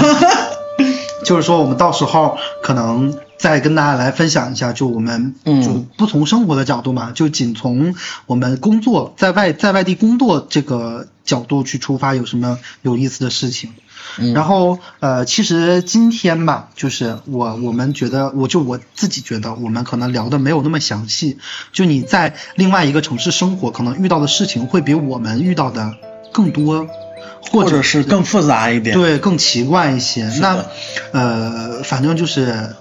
Speaker 1: 就是说我们到时候可能再跟大家来分享一下，就我们
Speaker 2: 嗯
Speaker 1: 就不从生活的角度嘛，就仅从我们工作在外在外地工作这个角度去出发，有什么有意思的事情。
Speaker 2: 嗯
Speaker 1: 然后呃，其实今天吧，就是我我们觉得，我就我自己觉得，我们可能聊的没有那么详细。就你在另外一个城市生活，可能遇到的事情会比我们遇到的更多，或
Speaker 2: 或者是更复杂一点。
Speaker 1: 对，更奇怪一些。
Speaker 2: 是
Speaker 1: 那
Speaker 2: 的
Speaker 1: 呃，反正就是，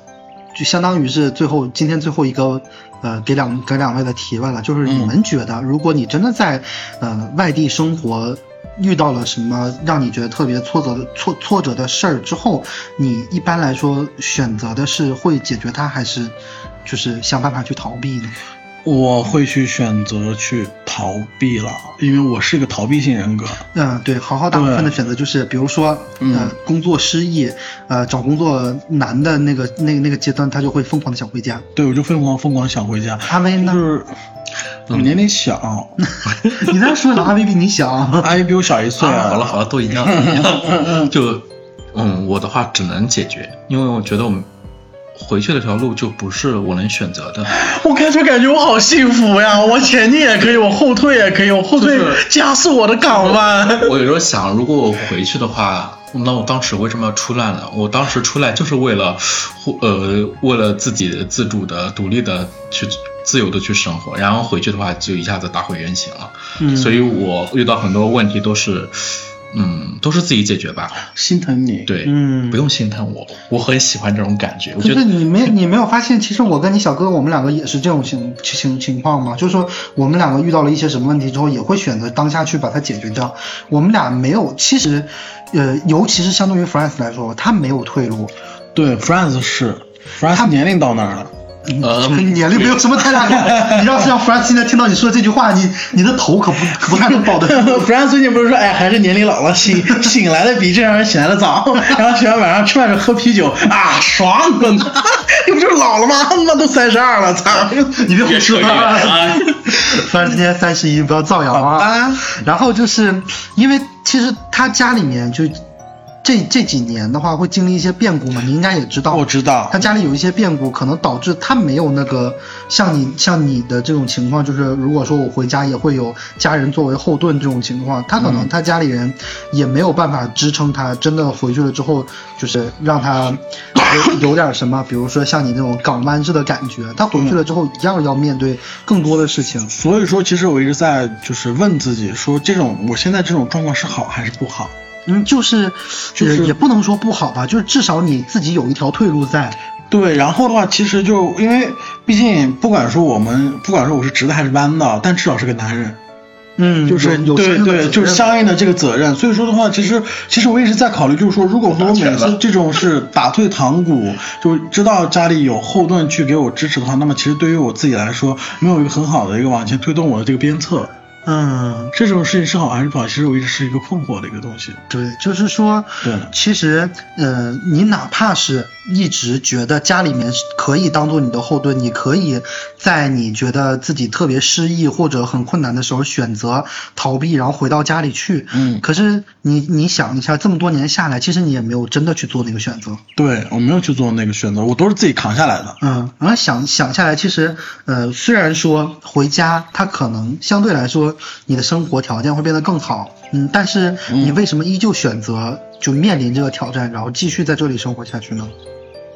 Speaker 1: 就相当于是最后今天最后一个呃，给两给两位的提问了，就是你
Speaker 2: 嗯
Speaker 1: 们觉得，如果你真的在呃外地生活。遇到了什么让你觉得特别挫折的挫挫折的事儿之后，你一般来说选择的是会解决它，还是就是想办法去逃避呢？
Speaker 2: 我会去选择去逃避了，因为我是一个逃避型人格。
Speaker 1: 嗯，对，好好大部分的选择就是，比如说，
Speaker 2: 嗯
Speaker 1: 呃，工作失意，呃，找工作难的那个那个那个阶段，他就会疯狂的想回家。
Speaker 2: 对，我就疯狂疯狂想回家。
Speaker 1: 阿威
Speaker 2: 就
Speaker 1: 呢？
Speaker 2: 是我年龄小，
Speaker 1: *laughs* 你在说
Speaker 3: *laughs*
Speaker 1: 啥？阿威比你小。
Speaker 2: 阿姨比我小一岁
Speaker 3: 啊，
Speaker 2: 啊。
Speaker 3: 好了好了，
Speaker 1: *laughs*
Speaker 3: 都一样，都一样就嗯，我的话只能解决，因为我觉得我们回去的这条路就不是我能选择
Speaker 1: *laughs*
Speaker 3: 的。
Speaker 2: 我开始感觉我好幸福呀！我前进也可以，我后退也可以，我后退
Speaker 3: 就是
Speaker 2: 加速我的港
Speaker 3: *laughs*
Speaker 2: 湾。
Speaker 3: 我有时候想，如果我回去的话，那我当时为什么要出来呢？我当时出来就是为了，呃，为了自己的自主的、独立的去自由的去生活，然后回去的话就一下子打回原形了。
Speaker 1: 嗯，
Speaker 3: 所以我遇到很多问题都是，嗯，都是自己解决吧。
Speaker 2: 心疼你。，
Speaker 3: 对，
Speaker 1: 嗯
Speaker 3: 不用心疼我，我很喜欢这种感觉。我
Speaker 1: 可是
Speaker 3: 觉得
Speaker 1: 你没你没有发现，其实我跟你小哥哥我们两个也是这种情情情况吗？就是说我们两个遇到了一些什么问题之后，也会选择当下去把它解决掉。我们俩没有，其实，呃，尤其是相对于 France 来说，他没有退路。
Speaker 2: 对，France 是 France 年龄到那儿了。
Speaker 3: 呃
Speaker 1: 跟你年龄没有什么太大 *laughs* 关系。你让让 France 现在听到你说这句话，你你的头可不可不太能保得 *laughs* 住。
Speaker 2: France 最 *laughs* 近不是说，哎，还是年龄老了，醒
Speaker 1: *laughs*
Speaker 2: 醒来的比正常人醒来的早，然后喜欢晚上吃饭时候喝啤酒，啊，爽 *laughs* 的呢，你不就是老了吗？他妈都三十二了，操！
Speaker 1: 你别胡说
Speaker 3: 别扯远
Speaker 1: 啊！
Speaker 2: 哎
Speaker 1: 反正今年三十一，不要造谣
Speaker 2: 好
Speaker 1: 啊
Speaker 2: 吧。
Speaker 1: 然后就是因为其实他家里面就这这几年的话，会经历一些变故嘛，你应该也知道。
Speaker 2: 啊我知道
Speaker 1: 他，家里有一些变故，可能导致他没有那个像你像你的这种情况，就是如果说我回家也会有家人作为后盾这种情况，他
Speaker 2: 嗯
Speaker 1: 可能他家里人也没有办法支撑他，真的回去了之后，就是让他有有点什么，比如说像你那种港湾式的感觉，他回去了之后一样要面对更多的事情。
Speaker 2: 所以说，其实我一直在就是问自己，说这种我现在这种状况是好还是不好？
Speaker 1: 嗯，就是，
Speaker 2: 就是
Speaker 1: 也也不能说不好吧，就是至少你自己有一条退路在。
Speaker 2: 对，然后的话，其实就因为毕竟不管说我们，不管说我是直的还是弯的，但至少是个男人，
Speaker 1: 嗯，
Speaker 2: 就是
Speaker 1: 有
Speaker 2: 对对，就是
Speaker 1: 像。
Speaker 2: 相应的这个责任。所以说的话，其实其实我一直在考虑，就是说，如果说我每次这种是打退堂鼓，就知道家里有后盾去给我支持的话，那么其实对于我自己来说，没有一个很好的一个往前推动我的这个鞭策。
Speaker 1: 嗯，
Speaker 2: 这种事情是好还是不好，其实我一直是一个困惑的一个东西。
Speaker 1: 对，就是说，
Speaker 2: 对
Speaker 1: 其实，呃，你哪怕是一直觉得家里面是可以当做你的后盾，你可以在你觉得自己特别失意或者很困难的时候选择逃避，然后回到家里去。
Speaker 2: 嗯
Speaker 1: 可是你你想一下，这么多年下来，其实你也没有真的去做那个选择。
Speaker 2: 对我没有去做那个选择，我都是自己扛下来的。
Speaker 1: 嗯，然后想想下来，其实，呃，虽然说回家，它可能相对来说你的生活条件会变得更好，嗯，但是你为什么依旧选择就面临这个挑战，然后继续在这里生活下去呢？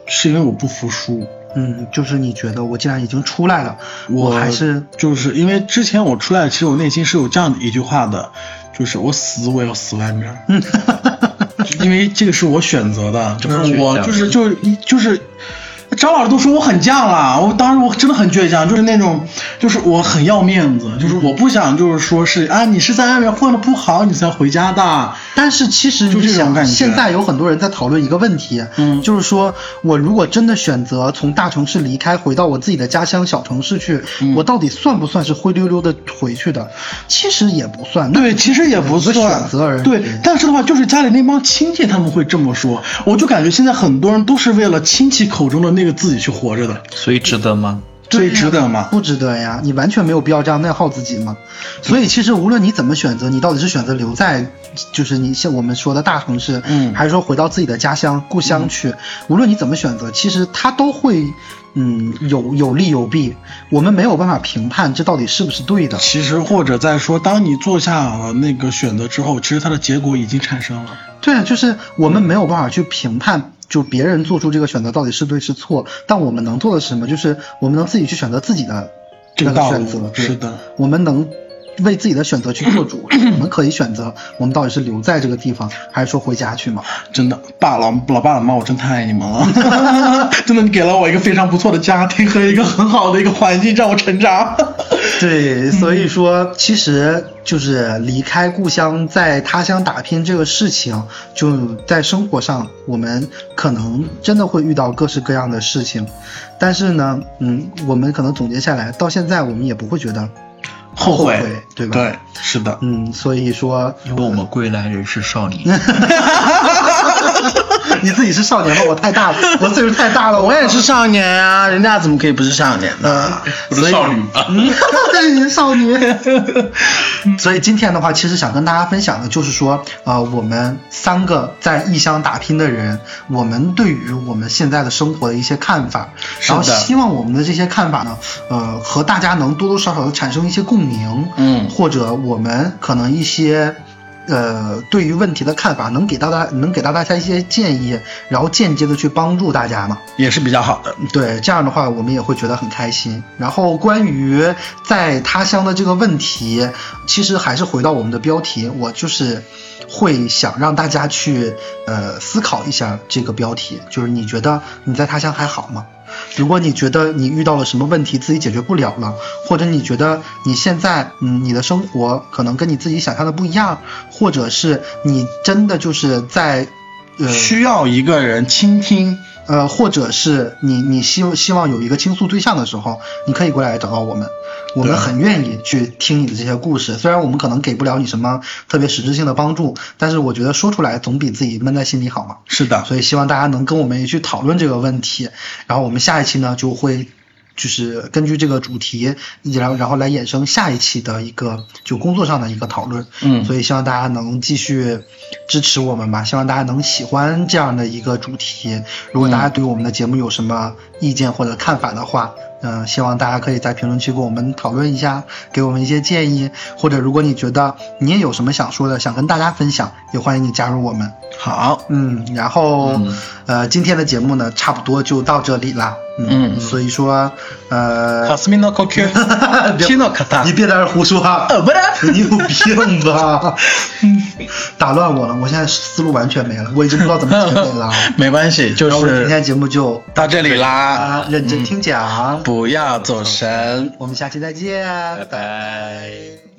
Speaker 2: 是因为我不服输。
Speaker 1: 嗯，就是你觉得我既然已经出来了，我还是
Speaker 2: 就是因为之前我出来，其实我内心是有这样的一句话的，就是我死我也要死外面儿，
Speaker 1: 嗯嗯
Speaker 2: 因为这个是我选择的，就是我就是就就是。张老师都说我很犟了，我当时我真的很倔强，就是那种，就是我很要面子，就是我不想就是说是啊，你是在外面混的不好，你才回家的，
Speaker 1: 但是其实
Speaker 2: 就
Speaker 1: 你
Speaker 2: 这种
Speaker 1: 想，
Speaker 2: 感觉
Speaker 1: 现在有很多人在讨论一个问题，
Speaker 2: 嗯
Speaker 1: 就是说我如果真的选择从大城市离开，回到我自己的家乡小城市去，
Speaker 2: 嗯
Speaker 1: 我到底算不算是灰溜溜的回去的？其实也不算，那
Speaker 2: 对，其实也不
Speaker 1: 有个
Speaker 2: 算
Speaker 1: 选择而已。
Speaker 2: 对，但是的话，就是家里那帮亲戚他们会这么说，我就感觉现在很多人都是为了亲戚口中的那个自己去活着的，
Speaker 4: 所以值得吗？
Speaker 2: 所以值得吗？
Speaker 1: 不值得呀，你完全没有必要这样内耗自己嘛。所以其实无论你怎么选择，你到底是选择留在，就是你像我们说的大城市，
Speaker 2: 嗯
Speaker 1: 还是说回到自己的家乡故乡去，无论你怎么选择，其实它都会，嗯，有有利有弊。我们没有办法评判这到底是不是对的。
Speaker 2: 其实或者再说，当你做下了那个选择之后，其实它的结果已经产生了。
Speaker 1: 对啊，就是我们没有办法去评判，就别人做出这个选择到底是对是错，但我们能做的是什么？就是我们能自己去选择自己的
Speaker 2: 这个
Speaker 1: 那
Speaker 2: 道
Speaker 1: 选
Speaker 2: 路
Speaker 1: 择，对
Speaker 2: 是的，
Speaker 1: 我们能。为自己的选择去做
Speaker 2: *clears throat*
Speaker 1: 主，我们可以选择我们到底是留在这个地方，还是说回家去嘛？
Speaker 2: 真的，爸老老爸老妈，我真太爱你们了， *laughs* 真的，你给了我一个非常不错的家庭和一个很好的一个环境，让我成长。
Speaker 1: 对，所以说，其实就是离开故乡，在他乡打拼这个事情，就在生活上，我们可能真的会遇到各式各样的事情，但是呢，嗯，我们可能总结下来，到现在我们也不会觉得，
Speaker 2: 后
Speaker 1: 悔
Speaker 2: 悔，
Speaker 1: 对吧
Speaker 2: 对，是的。
Speaker 1: 嗯，所以说， *laughs*
Speaker 3: 因为我们归来仍是少年。
Speaker 1: 你自己是少年吗？我太大了，我岁数太大了，我也是。
Speaker 2: 少年啊，人家怎么可以不是少年呢？
Speaker 3: *laughs* 不是少女吧？
Speaker 1: *laughs* 嗯，少
Speaker 2: *laughs*
Speaker 1: 女。所以今天的话，其实想跟大家分享的就是说，呃，我们三个在异乡打拼的人，我们对于我们现在的生活的一些看法，然后
Speaker 2: 是的
Speaker 1: 希望我们的这些看法呢，呃，和大家能多多少少的产生一些共鸣，
Speaker 2: 嗯
Speaker 1: 或者我们可能一些。呃，对于问题的看法，能给到大能给到大家一些建议，然后间接的去帮助大家嘛。
Speaker 2: 也是比较好的。
Speaker 1: 对，这样的话我们也会觉得很开心。然后关于在他乡的这个问题，其实还是回到我们的标题，我就是会想让大家去呃思考一下这个标题，就是你觉得你在他乡还好吗？如果你觉得你遇到了什么问题自己解决不了了，或者你觉得你现在嗯你的生活可能跟你自己想象的不一样，或者是你真的就是在呃
Speaker 2: 需要一个人倾听，
Speaker 1: 呃，或者是你你希希望有一个倾诉对象的时候，你可以过来找到我们，我们很愿意去听你的这些故事。虽然我们可能给不了你什么特别实质性的帮助，但是我觉得说出来总比自己闷在心里好嘛。
Speaker 2: 是的，
Speaker 1: 所以希望大家能跟我们一起去讨论这个问题，然后我们下一期呢就会。就是根据这个主题，然后然后来衍生下一期的一个就工作上的一个讨论，
Speaker 2: 嗯
Speaker 1: 所以希望大家能继续支持我们吧，希望大家能喜欢这样的一个主题。如果大家对我们的节目有什么意见或者看法的话，嗯、希望大家可以在评论区跟我们讨论一下，给我们一些建议，或者如果你觉得你也有什么想说的，想跟大家分享，也欢迎你加入我们。
Speaker 2: 好，
Speaker 1: 嗯，然后、呃，今天的节目呢，差不多就到这里啦。嗯，
Speaker 2: 嗯
Speaker 1: 所以说呃，
Speaker 2: 斯米诺
Speaker 1: *laughs*
Speaker 2: 科 Q，皮诺卡塔
Speaker 1: 你，别在这儿胡说啊，
Speaker 2: 呃，不是，
Speaker 1: *laughs* 你有病吧？嗯，打乱我了，我现在思路完全没了，我已经不知道怎么结尾了。
Speaker 2: 没关系，就
Speaker 1: 然后我们今
Speaker 2: 是
Speaker 1: 天节目就
Speaker 2: 到这里啦，
Speaker 1: 啊，认真听讲，
Speaker 2: 不要走神。
Speaker 1: 我们下期再见，
Speaker 3: 拜拜。
Speaker 1: 嗯